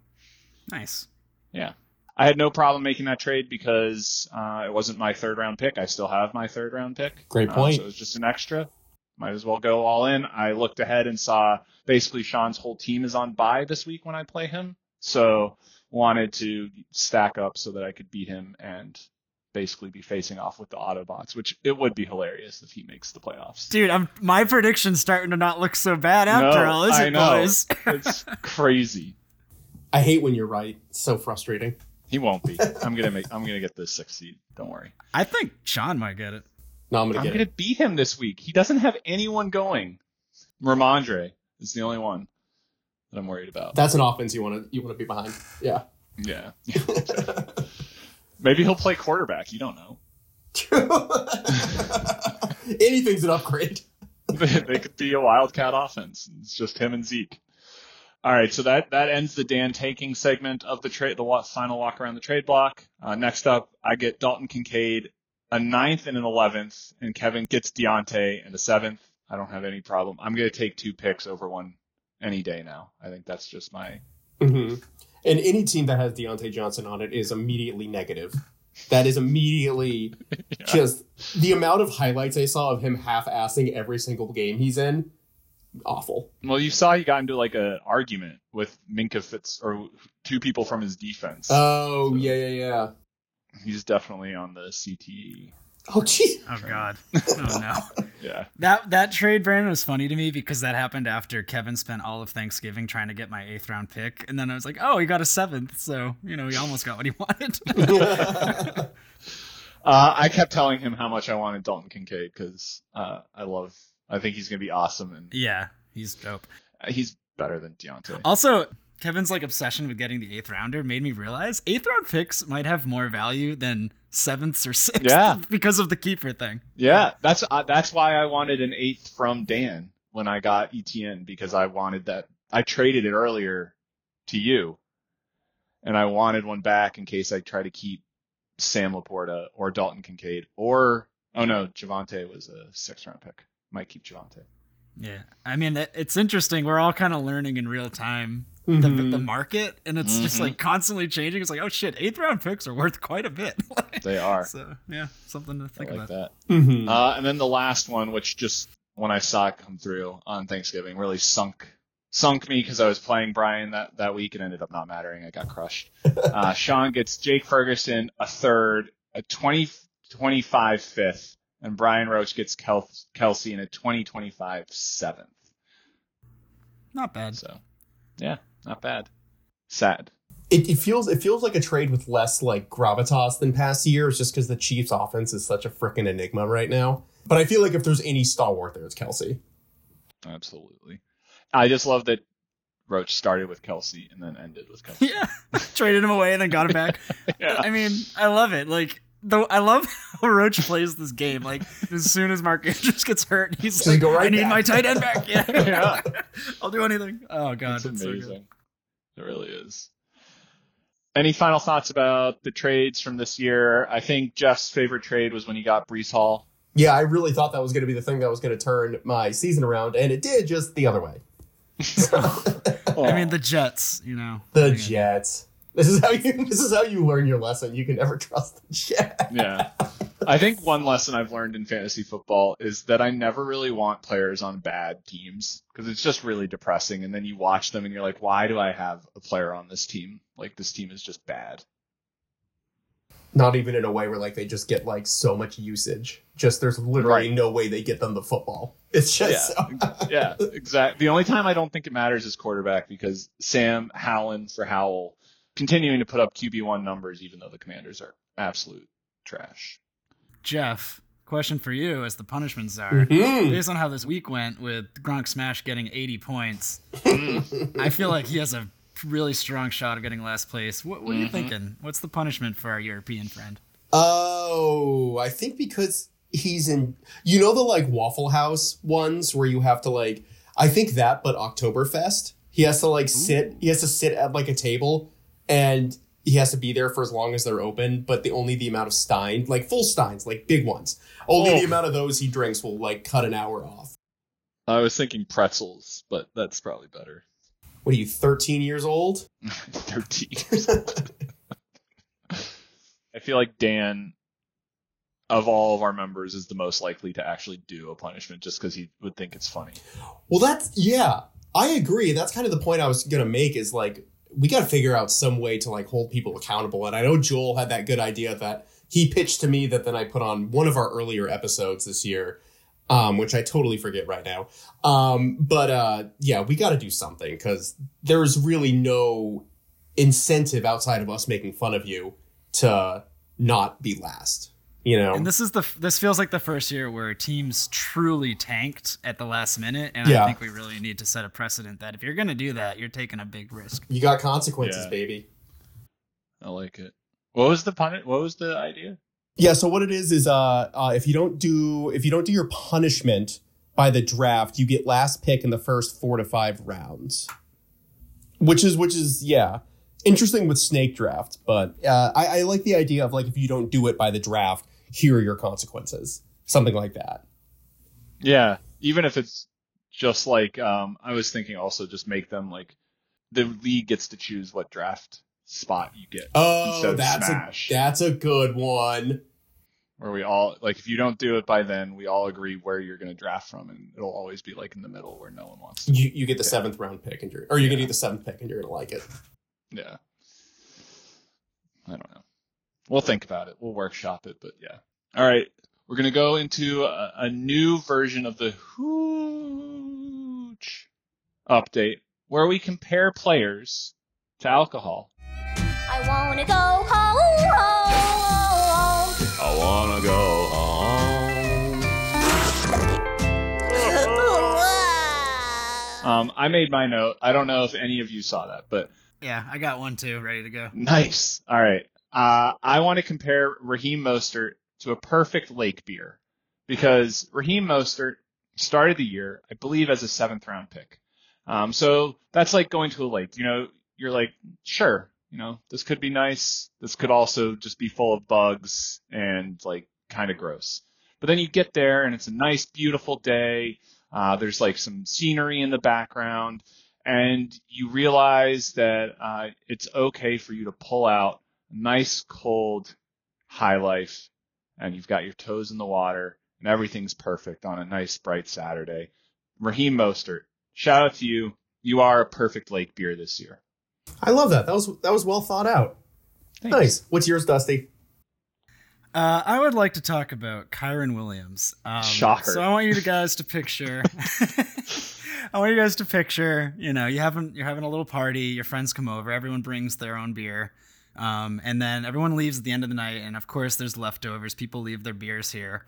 Nice. I had no problem making that trade because uh, it wasn't my third round pick. I still have my third round pick. Great Uh, point. so it was just an extra. Might as well go all in. I looked ahead and saw basically Sean's whole team is on bye this week when I play him. So wanted to stack up so that I could beat him and basically be facing off with the Autobots, which it would be hilarious if he makes the playoffs. Dude, I'm, my prediction's starting to not look so bad after No, all, is I it, know. boys? It's crazy. I hate when you're right. It's so frustrating. He won't be. I'm gonna make. I'm gonna get this six seed. Don't worry. I think Sean might get it. No, I'm gonna I'm get going to it. beat him this week. He doesn't have anyone going. Ramondre is the only one that I'm worried about. That's an offense you wanna you wanna be behind. Yeah. yeah. Maybe he'll play quarterback. You don't know. Anything's an upgrade. they could be a wildcat offense. It's just him and Zeke. All right, so that, that ends the Dan taking segment of the trade, the wa- final walk around the trade block. Uh, next up, I get Dalton Kincaid, a ninth and an eleventh, and Kevin gets Deontay and a seventh. I don't have any problem. I'm going to take two picks over one any day now. I think that's just my hmm And any team that has Deontay Johnson on it is immediately negative. That is immediately Yeah. just the amount of highlights I saw of him half-assing every single game he's in. Awful. Well, you saw he got into like an argument with Minka Fitz or two people from his defense. Oh yeah, yeah, yeah. He's definitely on the CTE. Oh gee. Oh God. Oh no. Yeah. That that trade Brandon was funny to me because that happened after Kevin spent all of Thanksgiving trying to get my eighth round pick, and then I was like, oh, he got a seventh, so you know he almost got what he wanted. Mm-hmm. Uh, I kept telling him how much I wanted Dalton Kincaid because uh, I love. I think he's gonna be awesome, and yeah, he's dope. uh, he's better than Deontay. Also, Kevin's like obsession with getting the eighth rounder made me realize eighth round picks might have more value than sevenths or sixths Yeah. because of the keeper thing. Yeah, that's uh, that's why I wanted an eighth from Dan when I got ETN because I wanted that. I traded it earlier to you, and I wanted one back in case I try to keep Sam Laporta or Dalton Kincaid or oh no, Javante was a sixth round pick. Might keep Javante. Yeah. I mean, it- it's interesting. We're all kind of learning in real time the, Mhm. the Mm-hmm. market, and it's just Mhm. like constantly changing. It's like, oh shit, eighth round picks are worth quite a bit. They are. so, yeah, something to think I like about. that. Mhm. Uh, and then the last one, which just when I saw it come through on Thanksgiving, really sunk sunk me because I was playing Brian that, that week and ended up not mattering. I got crushed. Uh, Sean gets Jake Ferguson a third, a 20, 25 fifth, and Brian Roach gets Kel- Kelsey in a 20 25 seventh. Not bad. So, yeah, not bad. Sad. It, it feels it feels like a trade with less like gravitas than past years, just because the Chiefs' offense is such a freaking enigma right now. But I feel like if there's any stalwart there, it's Kelsey. Absolutely. I just love that Roach started with Kelsey and then ended with Kelsey. Yeah. Traded him away and then got him back. Yeah. I mean, I love it. Like, though, I love how Roach plays this game. Like, as soon as Mark Andrews gets hurt, he's Just like, go right I need back." my tight end back. Yeah. Yeah. I'll do anything. Oh, God. It's it's so good. amazing. it really is. Any final thoughts about the trades from this year? I think Jeff's favorite trade was when he got Brees Hall. Yeah, I really thought that was going to be the thing that was going to turn my season around, and it did just the other way. I mean, the Jets, you know. The Yeah. Jets. This is how you. This is how you learn your lesson. You can never trust the Oh. Jets. yeah. I think one lesson I've learned in fantasy football is that I never really want players on bad teams because it's just really depressing. And then you watch them and you're like, why do I have a player on this team? Like this team is just bad. Not even in a way where like they just get like so much usage. Just there's literally Right. no way they get them the football. It's just so- yeah, exactly. The only time I don't think it matters is quarterback because Sam Howland for Howell continuing to put up QB1 numbers, even though the commanders are absolute trash. Jeff, question for you as the punishment czar. Mhm. Based on how this week went with Gronk Smash getting 80 points, I feel like he has a really strong shot of getting last place. What, what are you Mm-hmm. thinking? What's the punishment for our European friend? Oh, I think because he's in you know the like Waffle House ones where you have to like I think that but Oktoberfest. He has to like sit he has to sit at like a table and he has to be there for as long as they're open, but the only the amount of stein, like full steins, like big ones. Only the Oh. amount of those he drinks will like cut an hour off. I was thinking pretzels, but that's probably better. What are you, 13 years old? 13 years old. I feel like Dan, of all of our members, is the most likely to actually do a punishment just because he would think it's funny. Well, that's yeah, I agree. That's kind of the point I was gonna make is like we got to figure out some way to like hold people accountable. And I know Joel had that good idea that he pitched to me that then I put on one of our earlier episodes this year, um, which I totally forget right now. Um, but uh, yeah, we got to do something because there's really no incentive outside of us making fun of you to not be last. You know, And this is the this feels like the first year where teams truly tanked at the last minute, and Yeah. I think we really need to set a precedent that if you're going to do that, you're taking a big risk. you got consequences, Yeah. baby. I like it. What was the pun? What was the idea? Yeah. So what it is is, uh, uh, if you don't do if you don't do your punishment by the draft, you get last pick in the first four to five rounds. which is which is yeah interesting with snake draft but uh, I, I like the idea of like if you don't do it by the draft here are your consequences something like that Yeah, even if it's just like um, I was thinking, also just make them like the league gets to choose what draft spot you get, oh Instead of that's smash. a that's a good one where we all like if you don't do it by then, we all agree where you're going to draft from, and it'll always be like in the middle where no one wants. To. you, you get the Yeah. seventh round pick and you're or you get the seventh pick and you're gonna like it Yeah, I don't know. We'll think about it. We'll workshop it, but yeah. All right, we're going to go into a, a new version of the huge update where we compare players to alcohol. I wanna go home. home. I wanna go home. Um, I made my note. I don't know if any of you saw that, but Yeah, I got one too, ready to go. nice. All right. Uh, I want to compare Raheem Mostert to a perfect lake beer because Raheem Mostert started the year, I believe, as a seventh round pick. Um, so that's like going to a lake. You know, you're like, sure, you know, this could be nice. This could also just be full of bugs and like kind of gross. But then you get there and it's a nice, beautiful day. Uh, there's like some scenery in the background, and you realize that uh, it's okay for you to pull out a nice, cold high life, and you've got your toes in the water, and everything's perfect on a nice, bright Saturday. Raheem Mostert, shout out to you. You are a perfect lake beer this year. i love that that was that was well thought out Thanks. nice what's yours dusty Uh, I would like to talk about Kyron Williams. Um, Shocker. So I want you to guys to picture. I want you guys to picture. You know, you having you're having a little party. Your friends come over. Everyone brings their own beer, um, and then everyone leaves at the end of the night. And of course, there's leftovers. People leave their beers here,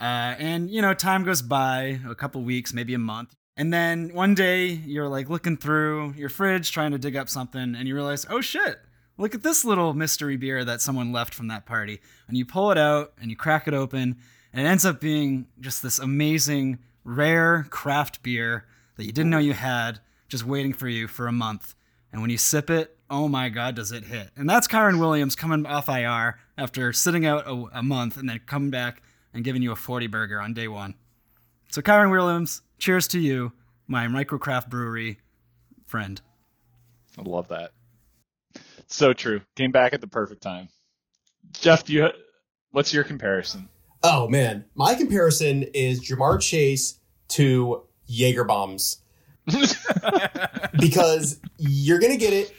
uh, and you know, time goes by. A couple weeks, maybe a month. And then one day you're like looking through your fridge trying to dig up something and you realize, oh shit, look at this little mystery beer that someone left from that party. And you pull it out and you crack it open and it ends up being just this amazing, rare craft beer that you didn't know you had just waiting for you for a month. And when you sip it, oh my God, does it hit. And that's Kyron Williams coming off IR after sitting out a, a month and then coming back and giving you a 40 burger on day one. So, Kyron Williams, cheers to you, my microcraft brewery friend. I love that. So true. Came back at the perfect time. Jeff, do you? What's your comparison? Oh man, my comparison is Jamar Chase to Jaeger bombs because you're gonna get it,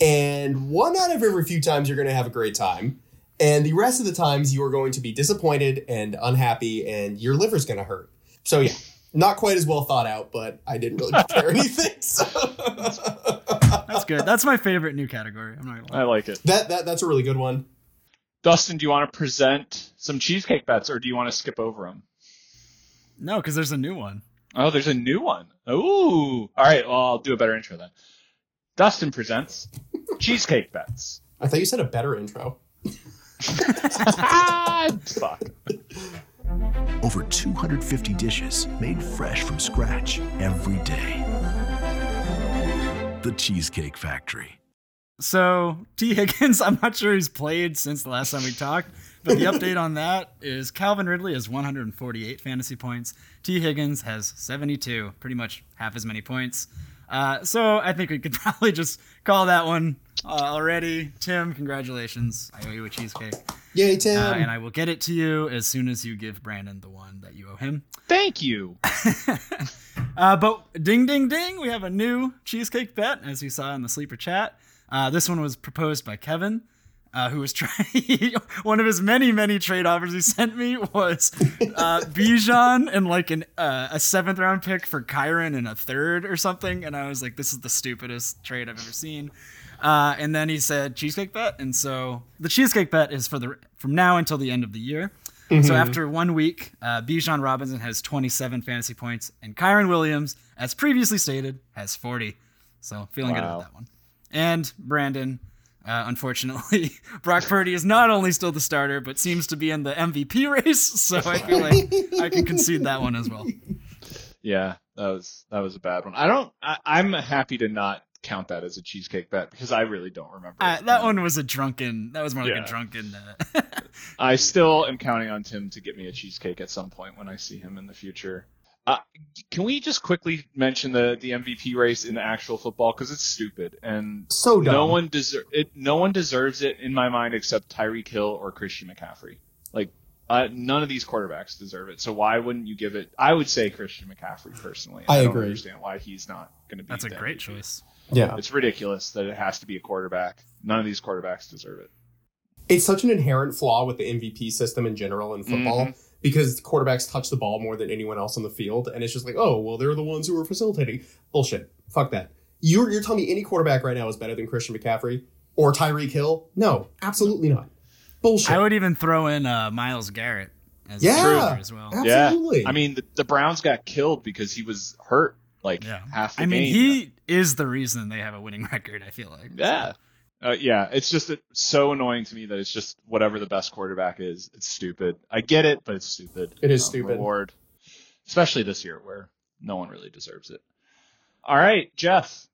and one out of every few times you're gonna have a great time, and the rest of the times you are going to be disappointed and unhappy, and your liver's gonna hurt. So yeah, not quite as well thought out, but I didn't really prepare anything. So. That's good. That's my favorite new category. I'm not gonna lie. I like it. That, that that's a really good one. Dustin, do you want to present some cheesecake bets, or do you want to skip over them? No, because there's a new one. Oh, there's a new one. Ooh. All right. Well, I'll do a better intro then. Dustin presents cheesecake bets. I thought you said a better intro. Ah, fuck. Over 250 dishes made fresh from scratch every day. The Cheesecake Factory. So T. Higgins, I'm not sure he's played since the last time we talked, but the update on that is Calvin Ridley has 148 fantasy points. T. Higgins has 72, pretty much half as many points. Uh, so I think we could probably just call that one uh, already. Tim, congratulations! I owe you a cheesecake, Yay, Tim! uh, and I will get it to you as soon as you give Brandon the one that you owe him. Thank you. Uh, but ding, ding, ding, we have a new cheesecake bet, as you saw in the sleeper chat. Uh, this one was proposed by Kevin, uh, who was trying. one of his many, many trade offers he sent me was uh, Bijan and like an uh, a seventh round pick for Kyron and a third or something. And I was like, this is the stupidest trade I've ever seen. Uh, and then he said cheesecake bet, and so the cheesecake bet is for the from now until the end of the year. So after one week, uh, Bijan Robinson has 27 fantasy points, and Kyron Williams, as previously stated, has 40. So feeling good Wow. about that one. And Brandon, uh, unfortunately, Brock Purdy is not only still the starter, but seems to be in the MVP race. So I feel like I can concede that one as well. Yeah, that was that was a bad one. I don't. I, I'm happy to not count that as a cheesecake bet because I really don't remember. Uh, that one was a drunken. That was more like Yeah. a drunken. Uh, I still am counting on Tim to get me a cheesecake at some point when I see him in the future. Uh, can we just quickly mention the the MVP race in actual football because it's stupid and So dumb. no one deser- it. No one deserves it in my mind except Tyreek Hill or Christian McCaffrey. Like uh, none of these quarterbacks deserve it. So why wouldn't you give it? I would say Christian McCaffrey personally. I don't agree. understand why he's not going to be. that's a the great MVP. choice. yeah. It's ridiculous that it has to be a quarterback. None of these quarterbacks deserve it. It's such an inherent flaw with the MVP system in general in football because quarterbacks touch the ball more than anyone else on the field, and it's just like, oh, well, they're the ones who are facilitating. Bullshit. Fuck that. You're you're telling me any quarterback right now is better than Christian McCaffrey or Tyreek Hill? No, absolutely not. Bullshit. I would even throw in uh, Miles Garrett as Yeah. a starter as well. absolutely. Yeah. I mean, the, the Browns got killed because he was hurt like Yeah. half the I mean, game. he is the reason they have a winning record. I feel like. Yeah. Uh, yeah, it's just it's so annoying to me that it's just whatever the best quarterback is. It's stupid. I get it, but it's stupid. It is stupid. Reward, especially this year where no one really deserves it. All right, Jeff,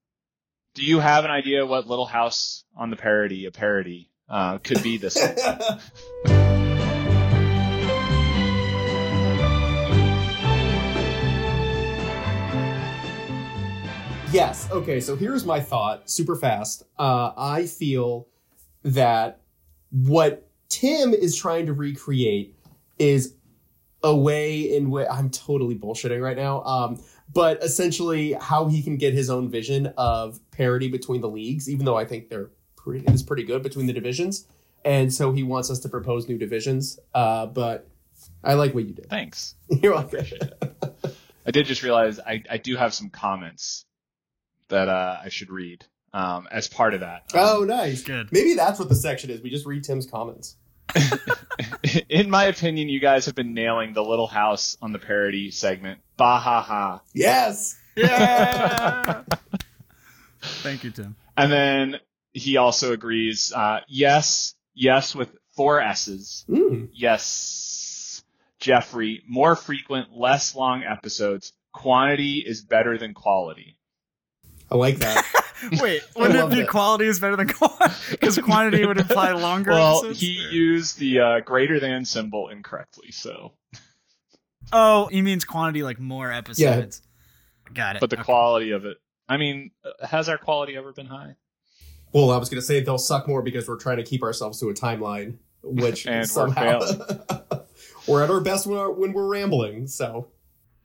do you have an idea what Little House on the Parody, a parody, uh, could be this week? Yes. Okay. So here's my thought, super fast. Uh, I feel that what Tim is trying to recreate is a way in which I'm totally bullshitting right now. Um, but essentially, how he can get his own vision of parity between the leagues, even though I think they're pretty, it's pretty good between the divisions. And so he wants us to propose new divisions. Uh, but I like what you did. Thanks. You're welcome. I did just realize I, I do have some comments that uh, I should read um, as part of that. Oh, nice. Good. Maybe that's what the section is. We just read Tim's comments. In my opinion, you guys have been nailing the Little House on the parody segment. Bah ha ha. Yes. Yeah. Thank you, Tim. And then he also agrees. Uh, yes, yes, with four S's. Mm. Yes, Jeffrey. More frequent, less long episodes. Quantity is better than quality. I like that. Wait, love wouldn't it be that. quality is better than quantity? Because quantity would imply longer. Well, episodes? he used the uh, greater than symbol incorrectly, so. Oh, he means quantity like more episodes. Got it. But the Okay. quality of it. I mean, uh, has our quality ever been high? well, I was going to say they'll suck more because we're trying to keep ourselves to a timeline, which And we're somehow we're at our best when, our, when we're rambling. So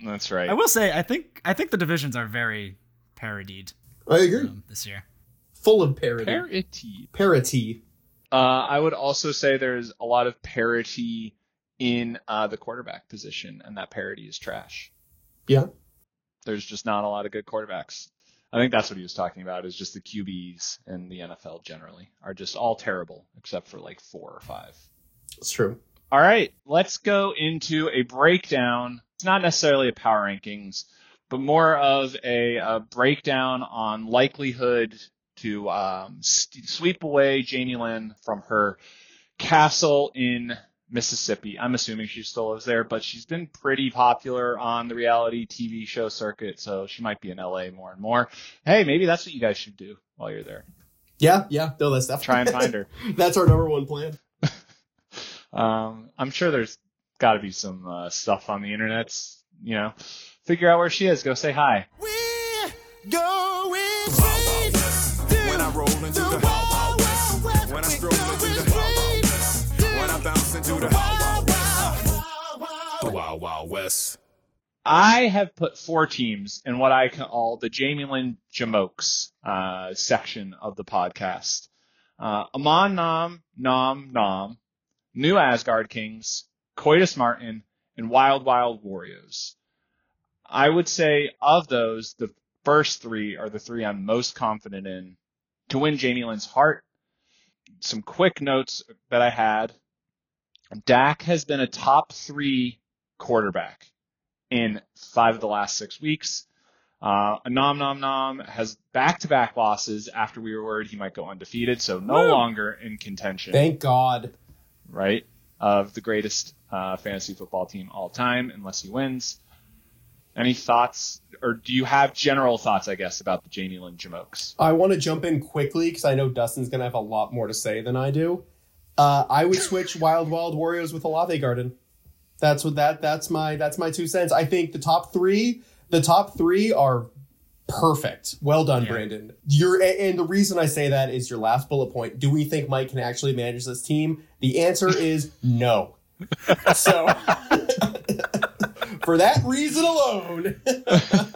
That's right. I will say, I think I think the divisions are very parodied I agree. um, this year. Full of parody. Parity. parity. Uh, I would also say there's a lot of parity in uh, the quarterback position, and that parity is trash. Yeah. There's just not a lot of good quarterbacks. I think that's what he was talking about. Is just the QBs and the NFL generally are just all terrible except for like four or five. It's true. All right, let's go into a breakdown. It's not necessarily a power rankings, but more of a, uh breakdown on likelihood to um, s sweep away Jamie Lynn from her castle in Mississippi. I'm assuming she still lives there, but she's been pretty popular on the reality TV show circuit, so she might be in LA more and more. Hey, maybe that's what you guys should do while you're there. Yeah, yeah. No, that's definitely Try and find her. That's our number one plan. Um, I'm sure there's got to be some uh, stuff on the internet. You know, figure out where she is. Go say hi. When I roll into the when I stroll into the when I bounce into the Wow Wow West. I have put four teams in what I call the Jamie Lynn Jamokes uh, section of the podcast. Uh, Amon Nom Nom Nom, New Asgard Kings, Coitus Martin, and Wild Wild Warriors. I would say of those, the first three are the three I'm most confident in to win Jamie Lynn's heart. Some quick notes that I had. Dak has been a top three quarterback in five of the last six weeks. Uh, Nom Nom Nom has back to back losses after we were worried he might go undefeated, so no longer in contention Thank God. right? Of the greatest uh, fantasy football team all time, unless he wins. Any thoughts, or do you have general thoughts, I guess, about the Jamie Lynn Jamokes? I want to jump in quickly because I know Dustin's going to have a lot more to say than I do. Uh, I would switch Wild Wild Warriors with Olave Garden. That's what that that's my that's my two cents. I think the top three the top three are perfect. Well done, Yeah. Brandon. You're a- and the reason I say that is your last bullet point. Do we think Mike can actually manage this team? The answer is no. So for that reason alone,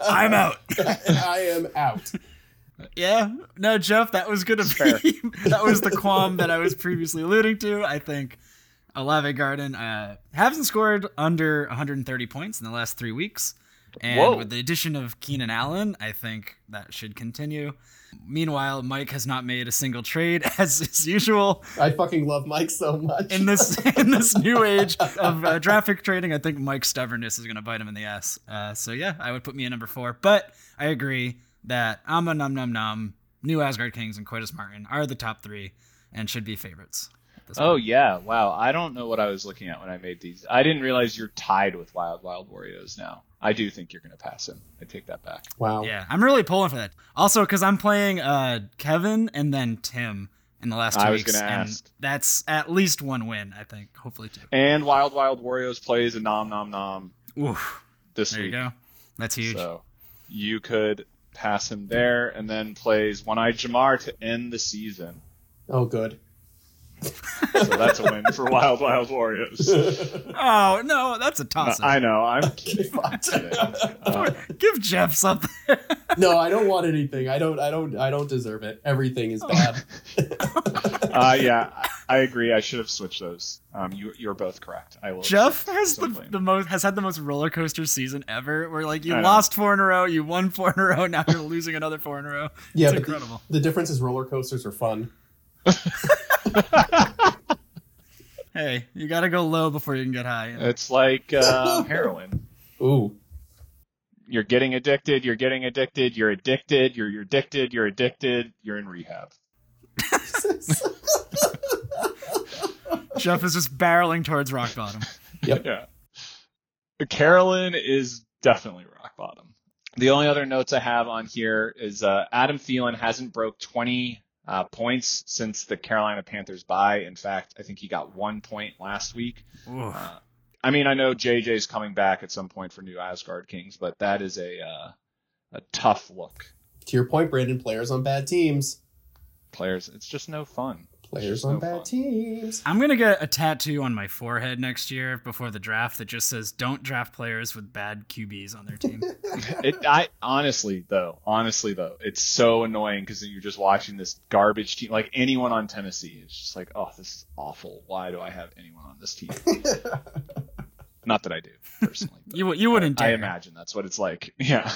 I'm out. I am out. Yeah. No, Jeff, that was gonna be that was the qualm that I was previously alluding to. I think Olave Garden uh, hasn't scored under 130 points in the last three weeks. And Whoa. with the addition of Keenan Allen, I think that should continue. Meanwhile, Mike has not made a single trade as is usual I fucking love Mike so much. in this in this new age of uh, traffic trading, I think Mike's stubbornness is going to bite him in the ass. Uh, so yeah, I would put me at number four, but I agree that Amma Num Num Num, New Asgard Kings, and Coitus Martin are the top three and should be favorites. at this Oh point. yeah, wow. I don't know what I was looking at when I made these. I didn't realize you're tied with Wild Wild Warriors now. I do think you're going to pass him. I take that back. wow. yeah, I'm really pulling for that. Also, because I'm playing uh, Kevin and then Tim in the last two I was weeks, gonna and ask. that's at least one win. I think, hopefully two. And Wild Wild Warriors plays a nom nom nom Oof, this there you week. go. That's huge. So you could pass him there, and then plays One Eyed Jamar to end the season. Oh, good. So that's a win for Wild Wild Warriors. Oh no, that's a toss. I know. I'm kidding. I'm kidding. Uh, Give Jeff something. No, I don't want anything. I don't. I don't. I don't deserve it. Everything Oh. is bad. uh, yeah, I- I agree. I should have switched those. Um, you, you're both correct. I will. Jeff accept has the, some blame. the most has had the most roller coaster season ever. Where like you I know. lost four in a row, you won four in a row, now you're losing another four in a row. yeah, but it's the- incredible. The, difference is roller coasters are fun. Hey, you got to go low before you can get high. It's like uh, heroin. Ooh, You're getting addicted. You're getting addicted. You're addicted. You're you're addicted. You're addicted. You're in rehab. Jeff is just barreling towards rock bottom. Yeah. Carolyn is definitely rock bottom. The only other notes I have on here is uh, Adam Thielen hasn't broke 20 uh, points since the Carolina Panthers bye. In fact, I think he got one point last week. Oof. I mean, I know JJ's coming back at some point for new Asgard Kings, but that is a uh, a tough look. to your point, Brandon. Players on bad teams. Players, it's just no fun. It's Players just on no bad fun. teams. I'm gonna get a tattoo on my forehead next year before the draft that just says "Don't draft players with bad QBs on their team." It, I honestly though, honestly though, it's so annoying because you're just watching this garbage team. Like anyone on Tennessee is just like, oh, this is awful. Why do I have anyone on this team? Not that I do personally. but you wou- you wouldn't I dare. imagine that's what it's like. Yeah.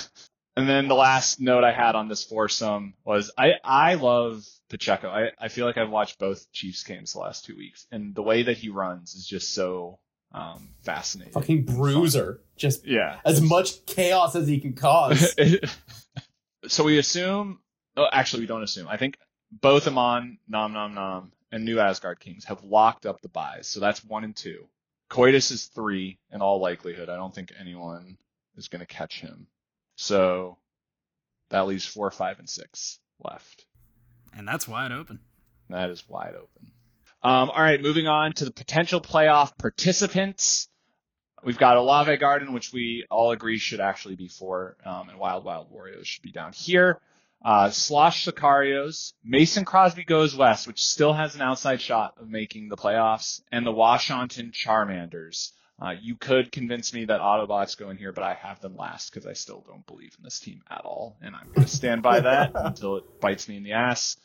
And then the last note I had on this foursome was I I love Pacheco. I I feel like I've watched both Chiefs games the last two weeks, and the way that he runs is just so um fascinating. Fucking bruiser. Just Yeah. as much chaos as he can cause. so we assume. Oh, actually, we don't assume. I think both Amon, Nom Nom Nom, and New Asgard Kings have locked up the buys. So that's one and two. Coitus is three in all likelihood. I don't think anyone is going to catch him. So that leaves four, five, and six left. and that's wide open. That is wide open. Um, all right, moving on to the potential playoff participants. We've got Olave Garden, which we all agree should actually be four, um, and Wild Wild Warriors should be down here. Uh, Slosh Sicarios, Mason Crosby Goes West, which still has an outside shot of making the playoffs, and the Washington Charmanders. Uh, you could convince me that Autobots go in here, but I have them last because I still don't believe in this team at all, and I'm going to stand by that until it bites me in the ass.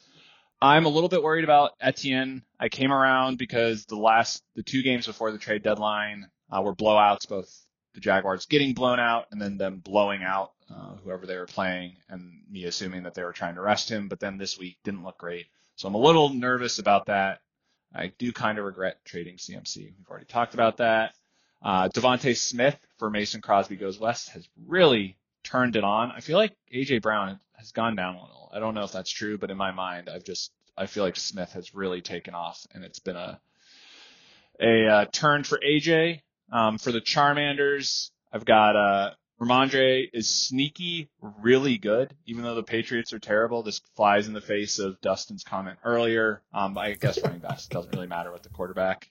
I'm a little bit worried about Etienne. I came around because the last the two games before the trade deadline uh, were blowouts, both the Jaguars getting blown out and then them blowing out uh, whoever they were playing, and me assuming that they were trying to rest him. But then this week didn't look great, so I'm a little nervous about that. I do kind of regret trading CMC. We've already talked about that. Uh, Devonte Smith for Mason Crosby goes west has really turned it on. I feel like AJ Brown has gone down a little. I don't know if that's true, but in my mind, I've just I feel like Smith has really taken off, and it's been a a uh, turn for AJ. Um, for the Charmanders, I've got uh, Ramondre is sneaky, really good, even though the Patriots are terrible. This flies in the face of Dustin's comment earlier. Um, I guess running backs doesn't really matter with the quarterback.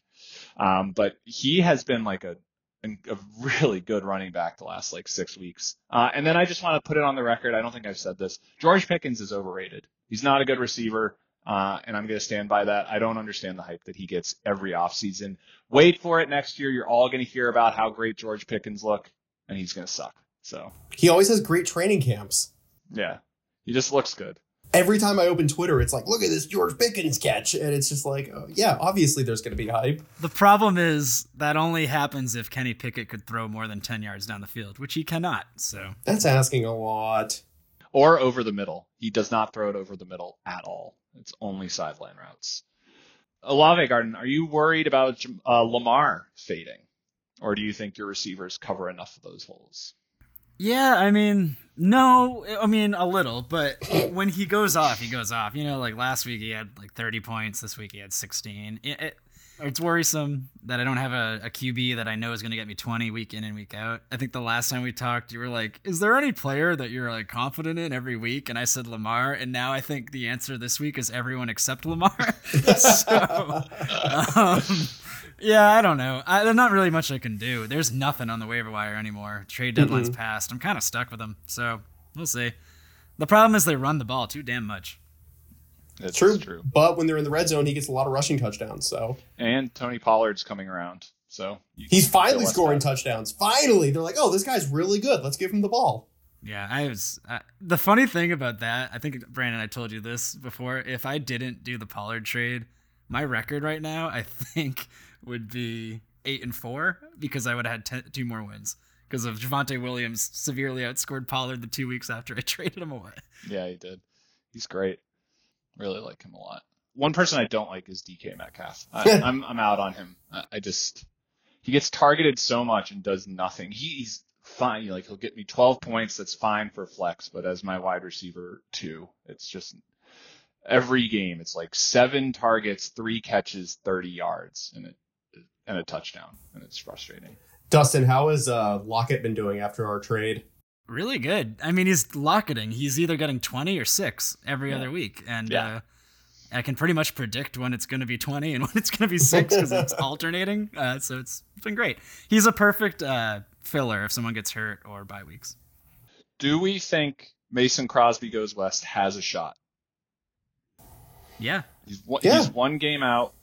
Um, but he has been like a a really good running back the last like six weeks. Uh, and then I just want to put it on the record. I don't think I've said this. George Pickens is overrated. He's not a good receiver. Uh, and I'm going to stand by that. I don't understand the hype that he gets every offseason. Wait for it next year. You're all going to hear about how great George Pickens look, and he's going to suck. So, He always has great training camps. yeah, he just looks good. Every time I open Twitter, it's like, look at this George Pickens catch. And it's just like, oh, yeah, obviously there's going to be hype. The problem is that only happens if Kenny Pickett could throw more than 10 yards down the field, which he cannot. So That's asking a lot. Or over the middle. He does not throw it over the middle at all. It's only sideline routes. Olave Garden, are you worried about Jam- uh, Lamar fading? Or do you think your receivers cover enough of those holes? Yeah, I mean, no, I mean a little, but when he goes off, he goes off. You know, like last week he had like 30 points. This week he had 16. It, it- it's worrisome that I don't have a, a QB that I know is going to get me 20 week in and week out. I think the last time we talked, you were like, "Is there any player that you're like confident in every week?" And I said Lamar, and now I think the answer this week is everyone except Lamar. so, um, yeah, I don't know. I, there's not really much I can do. There's nothing on the waiver wire anymore. Trade deadline's passed. I'm kind of stuck with them, so we'll see. The problem is they run the ball too damn much. It's True. true. But when they're in the red zone, he gets a lot of rushing touchdowns. So And Tony Pollard's coming around. So you he's can finally feel us scoring out. touchdowns. Finally. They're like, oh, this guy's really good. Let's give him the ball. Yeah, I was. I, the funny thing about that, I think Brandon, I told you this before. If I didn't do the Pollard trade, my record right now, I think, would be eight and four because I would have had ten, two more wins because of Javante Williams severely outscored Pollard the two weeks after I traded him away. Yeah, he did. He's great. Really like him a lot. One person I don't like is DK Metcalf. I, I'm I'm out on him. I, I just he gets targeted so much and does nothing. He, he's fine. Like he'll get me 12 points. That's fine for flex, but as my wide receiver too, it's just every game it's like seven targets, three catches, 30 yards, and it and a touchdown, and it's frustrating. Dustin, how has uh, Lockett been doing after our trade? Really good. I mean, he's locketing. He's either getting 20 or six every other week. And Yeah. uh, I can pretty much predict when it's going to be 20 and when it's going to be six because it's alternating. Uh, so it's been great. He's a perfect uh, filler if someone gets hurt or bye weeks. Do we think Mason Crosby goes west has a shot? Yeah. He's one, Yeah. he's one game out.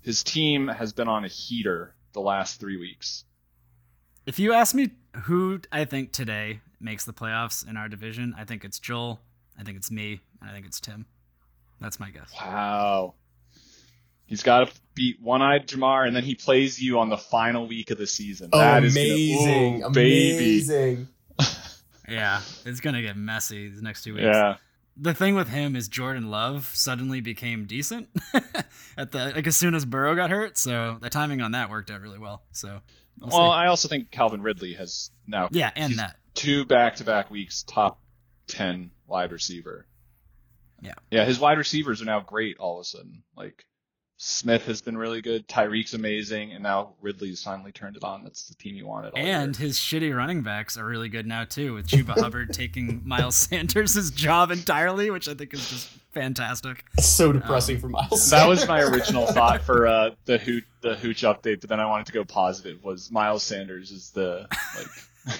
His team has been on a heater the last three weeks. If you ask me who I think today makes the playoffs in our division, I think it's Joel. I think it's me. And I think it's Tim. That's my guess. Wow. He's got to beat one-eyed Jamar, and then he plays you on the final week of the season. That is gonna- amazing. ooh, baby. amazing. Yeah. It's going to get messy these next two weeks. Yeah. the thing with him is Jordan Love suddenly became decent at the like as soon as Burrow got hurt, so the timing on that worked out really well. So we'll see. Well, I also think Calvin Ridley has now yeah, and he's that two back-to-back weeks top ten wide receiver. Yeah. Yeah, his wide receivers are now great all of a sudden. Like Smith has been really good, Tyreek's amazing, and now Ridley's finally turned it on. That's the team you wanted. All year. and his shitty running backs are really good now too, with Chuba Hubbard taking Miles Sanders' job entirely, which I think is just fantastic. It's so depressing for Miles. that was my original thought for uh, the hoot the hooch update, but then I wanted to go positive. Was Miles Sanders is the like?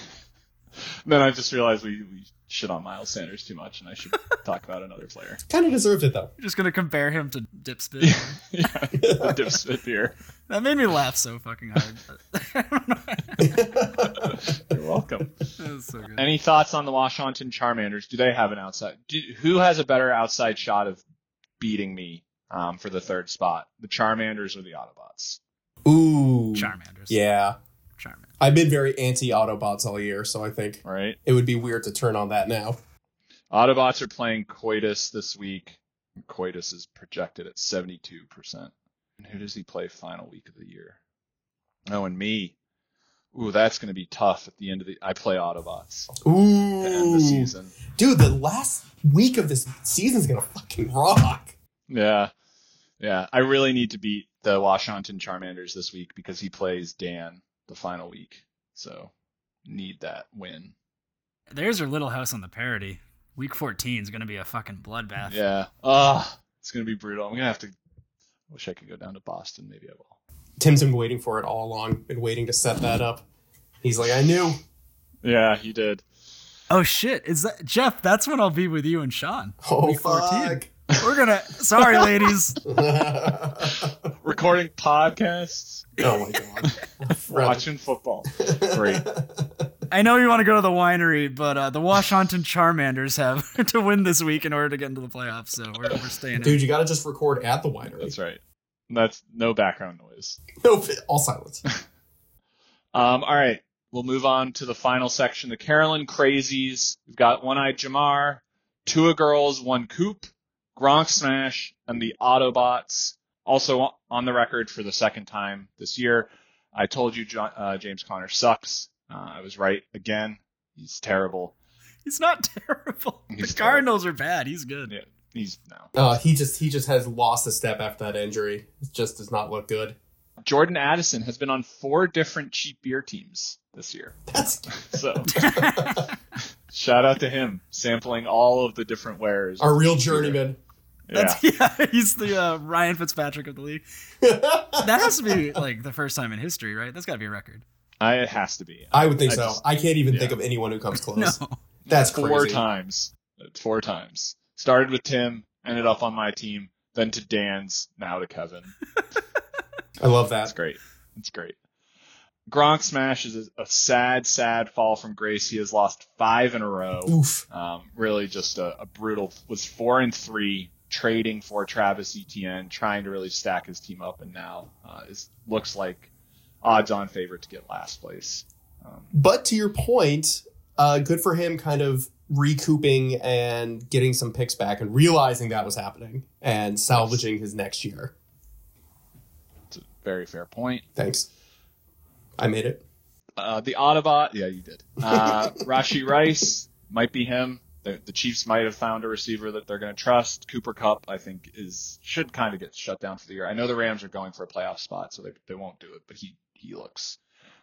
then I just realized we we shit on Miles Sanders too much, and I should talk about another player. kind of deserved it though. You're just gonna compare him to Dipspit. yeah, the dip Smith here. That made me laugh so fucking hard. I don't know. You're welcome. That was so good. Any thoughts on the Washington Charmanders? Do they have an outside? Do, who has a better outside shot of beating me um, for the third spot? The Charmanders or the Autobots? Ooh. Charmanders. Yeah. Charmander. I've been very anti Autobots all year, so I think Right. it would be weird to turn on that now. Autobots are playing Coitus this week. Coitus is projected at 72%. And who does he play final week of the year? Oh, and me. Ooh, that's going to be tough at the end of the. I play Autobots to end the Ooh. season. Dude, the last week of this season's gonna fucking rock. Yeah, yeah. I really need to beat the Washington Charmanders this week because he plays Dan the final week. So need that win. There's your Little House on the parody. Week 14 is going to be a fucking bloodbath. Yeah. Ugh. It's gonna be brutal. I'm gonna have to. Wish I could go down to Boston. Maybe I will. Tim's been waiting for it all along, been waiting to set that up. He's like, I knew. Yeah, he did. Oh shit! Is that Jeff? That's when I'll be with you and Sean. Oh, Week 14. fuck. We're gonna. Sorry, ladies. Recording podcasts, Oh my god. watching football. Great. I know you want to go to the winery, but uh, the Washington Charmanders have to win this week in order to get into the playoffs. So we're, we're staying. in. Dude, you gotta just record at the winery. That's right. That's no background noise. Nope, all silence. Um, all right, we'll move on to the final section, the Carolyn Crazies. We've got One Eyed Jamar, Two Girls, One Coop, Gronk Smash, and the Autobots. Also on the record for the second time this year. I told you John, uh, James Conner sucks. Uh, I was right again. He's terrible. He's not terrible. He's the Cardinals are bad. He's good. Yeah, he's no. Uh, he just he just has lost a step after that injury. It just does not look good. Jordan Addison has been on four different cheap beer teams this year. That's So shout out to him sampling all of the different wares. our real journeyman. yeah. That's, yeah. he's the uh, Ryan Fitzpatrick of the league. that has to be like the first time in history, right? That's got to be a record. I, it has to be. I would think I so. just- I can't even think of anyone who comes No, close. That's four crazy. times. Four times. Started with Tim, ended up on my team, then to Dan's, now to Kevin. I love that. That's great. That's great. Gronk Smash is a, a sad, sad fall from grace. He has lost five in a row. Oof. Um, really just a, a brutal was four and three trading for Travis Etienne, trying to really stack his team up, and now uh, is looks like odds on favorite to get last place. But to your point, uh, good for him kind of recouping and getting some picks back and realizing that was happening and salvaging his next year. It's a very fair point. Thanks. I made it. Uh, the Autobot, yeah, you did. Uh, Rashi Rice might be him. The, the Chiefs might have found a receiver that they're going to trust. Cooper Cup, I think, is should kind of get shut down for the year. I know the Rams are going for a playoff spot, so they they won't do it, but he he looks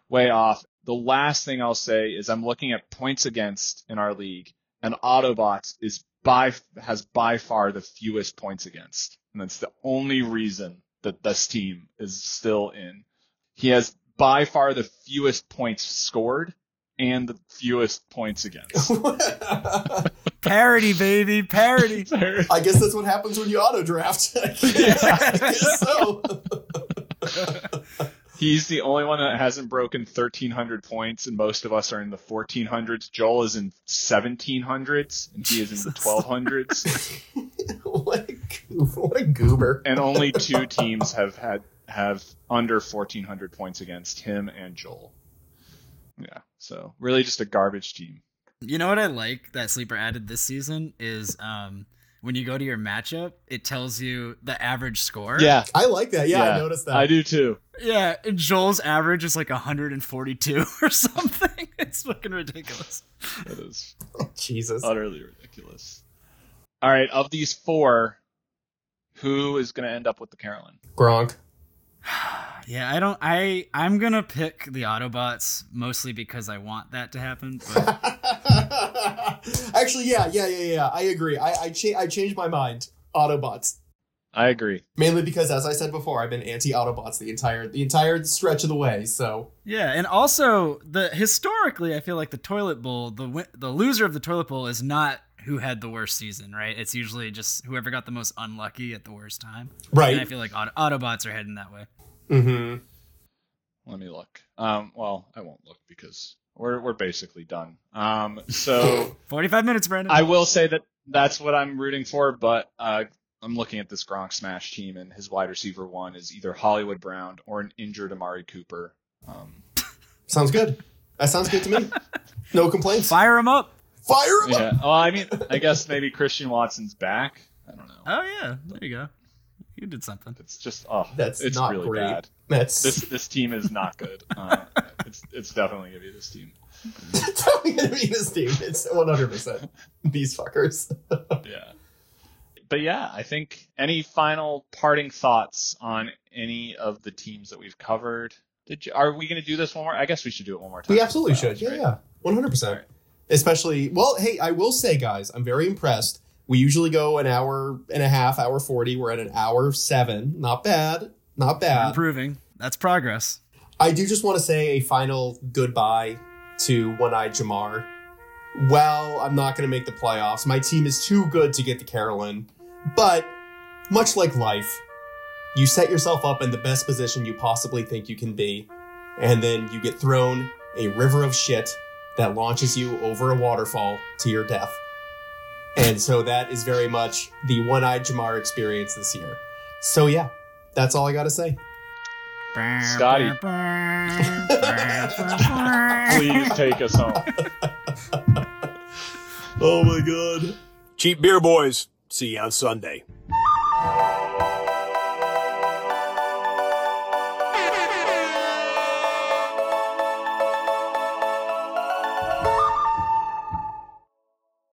way off. The last thing I'll say is I'm looking at points against in our league, and Autobots is by has by far the fewest points against, and that's the only reason that this team is still in. He has by far the fewest points scored and the fewest points against. I parody, baby, parody. guess that's what happens when you auto draft. I guess so. He's the only one that hasn't broken 1,300 points, and most of us are in the 1,400s. Joel is in 1,700s, and he is in the 1,200s. what, a goof, what a goober. and only two teams have had have under 1,400 points against him and Joel. Yeah, so really just a garbage team. You know what I like that Sleeper added this season is um, when you go to your matchup, it tells you the average score. I like that. Yeah, I noticed that. I do too. Yeah, and Joel's average is like 142 or something. It's fucking ridiculous. That is Jesus. utterly ridiculous. All right, of these four, who is going to end up with the Carolyn? Gronk. Yeah, I don't I I'm going to pick the Autobots mostly because I want that to happen, but Actually, yeah, yeah, yeah, yeah. I agree. I I, cha- I changed my mind. Autobots. I agree. Mainly because, as I said before, I've been anti-Autobots the entire the entire stretch of the way. So yeah, and also the historically I feel like the toilet bowl, the win- the loser of the toilet bowl is not who had the worst season, right? It's usually just whoever got the most unlucky at the worst time. And I right. feel like Aut- Autobots are heading that way. Mm-hmm. Let me look. Um, well, I won't look because we're we're basically done. Um, so 45 minutes, Brandon. I will say that that's what I'm rooting for, but uh, I'm looking at this Gronk smash team, and his wide receiver one is either Hollywood Brown or an injured Amari Cooper. Um, Sounds good. That sounds good to me. No complaints. Fire, Fire him up. him up. yeah. Well, I mean, I guess maybe Christian Watson's back. I don't know. Oh yeah, there you go. You did something. It's just oh, That's it's not really great. bad. That's this this team is not good. Uh, it's it's definitely gonna be this team. probably gonna be this team. It's one hundred percent these fuckers. Yeah. But yeah, I think any final parting thoughts on any of the teams that we've covered? Did you, are we gonna do this one more? I guess we should do it one more time. We absolutely Wow, should. Yeah, right? yeah, one hundred percent. Especially, well, hey, I will say, guys, I'm very impressed. We usually go an hour and a half, hour 40. We're at an hour seven. Not bad. Not bad. Improving. That's progress. I do just want to say a final goodbye to One Eye Jamar. Well, I'm not going to make the playoffs. My team is too good to get to Carolyn. But much like life, you set yourself up in the best position you possibly think you can be, and then you get thrown a river of shit that launches you over a waterfall to your death. And so that is very much the One Eyed Jamar experience this year. So, yeah, that's all I got to say. Scotty. Please take us home. Oh my God. Cheap beer boys. See you on Sunday.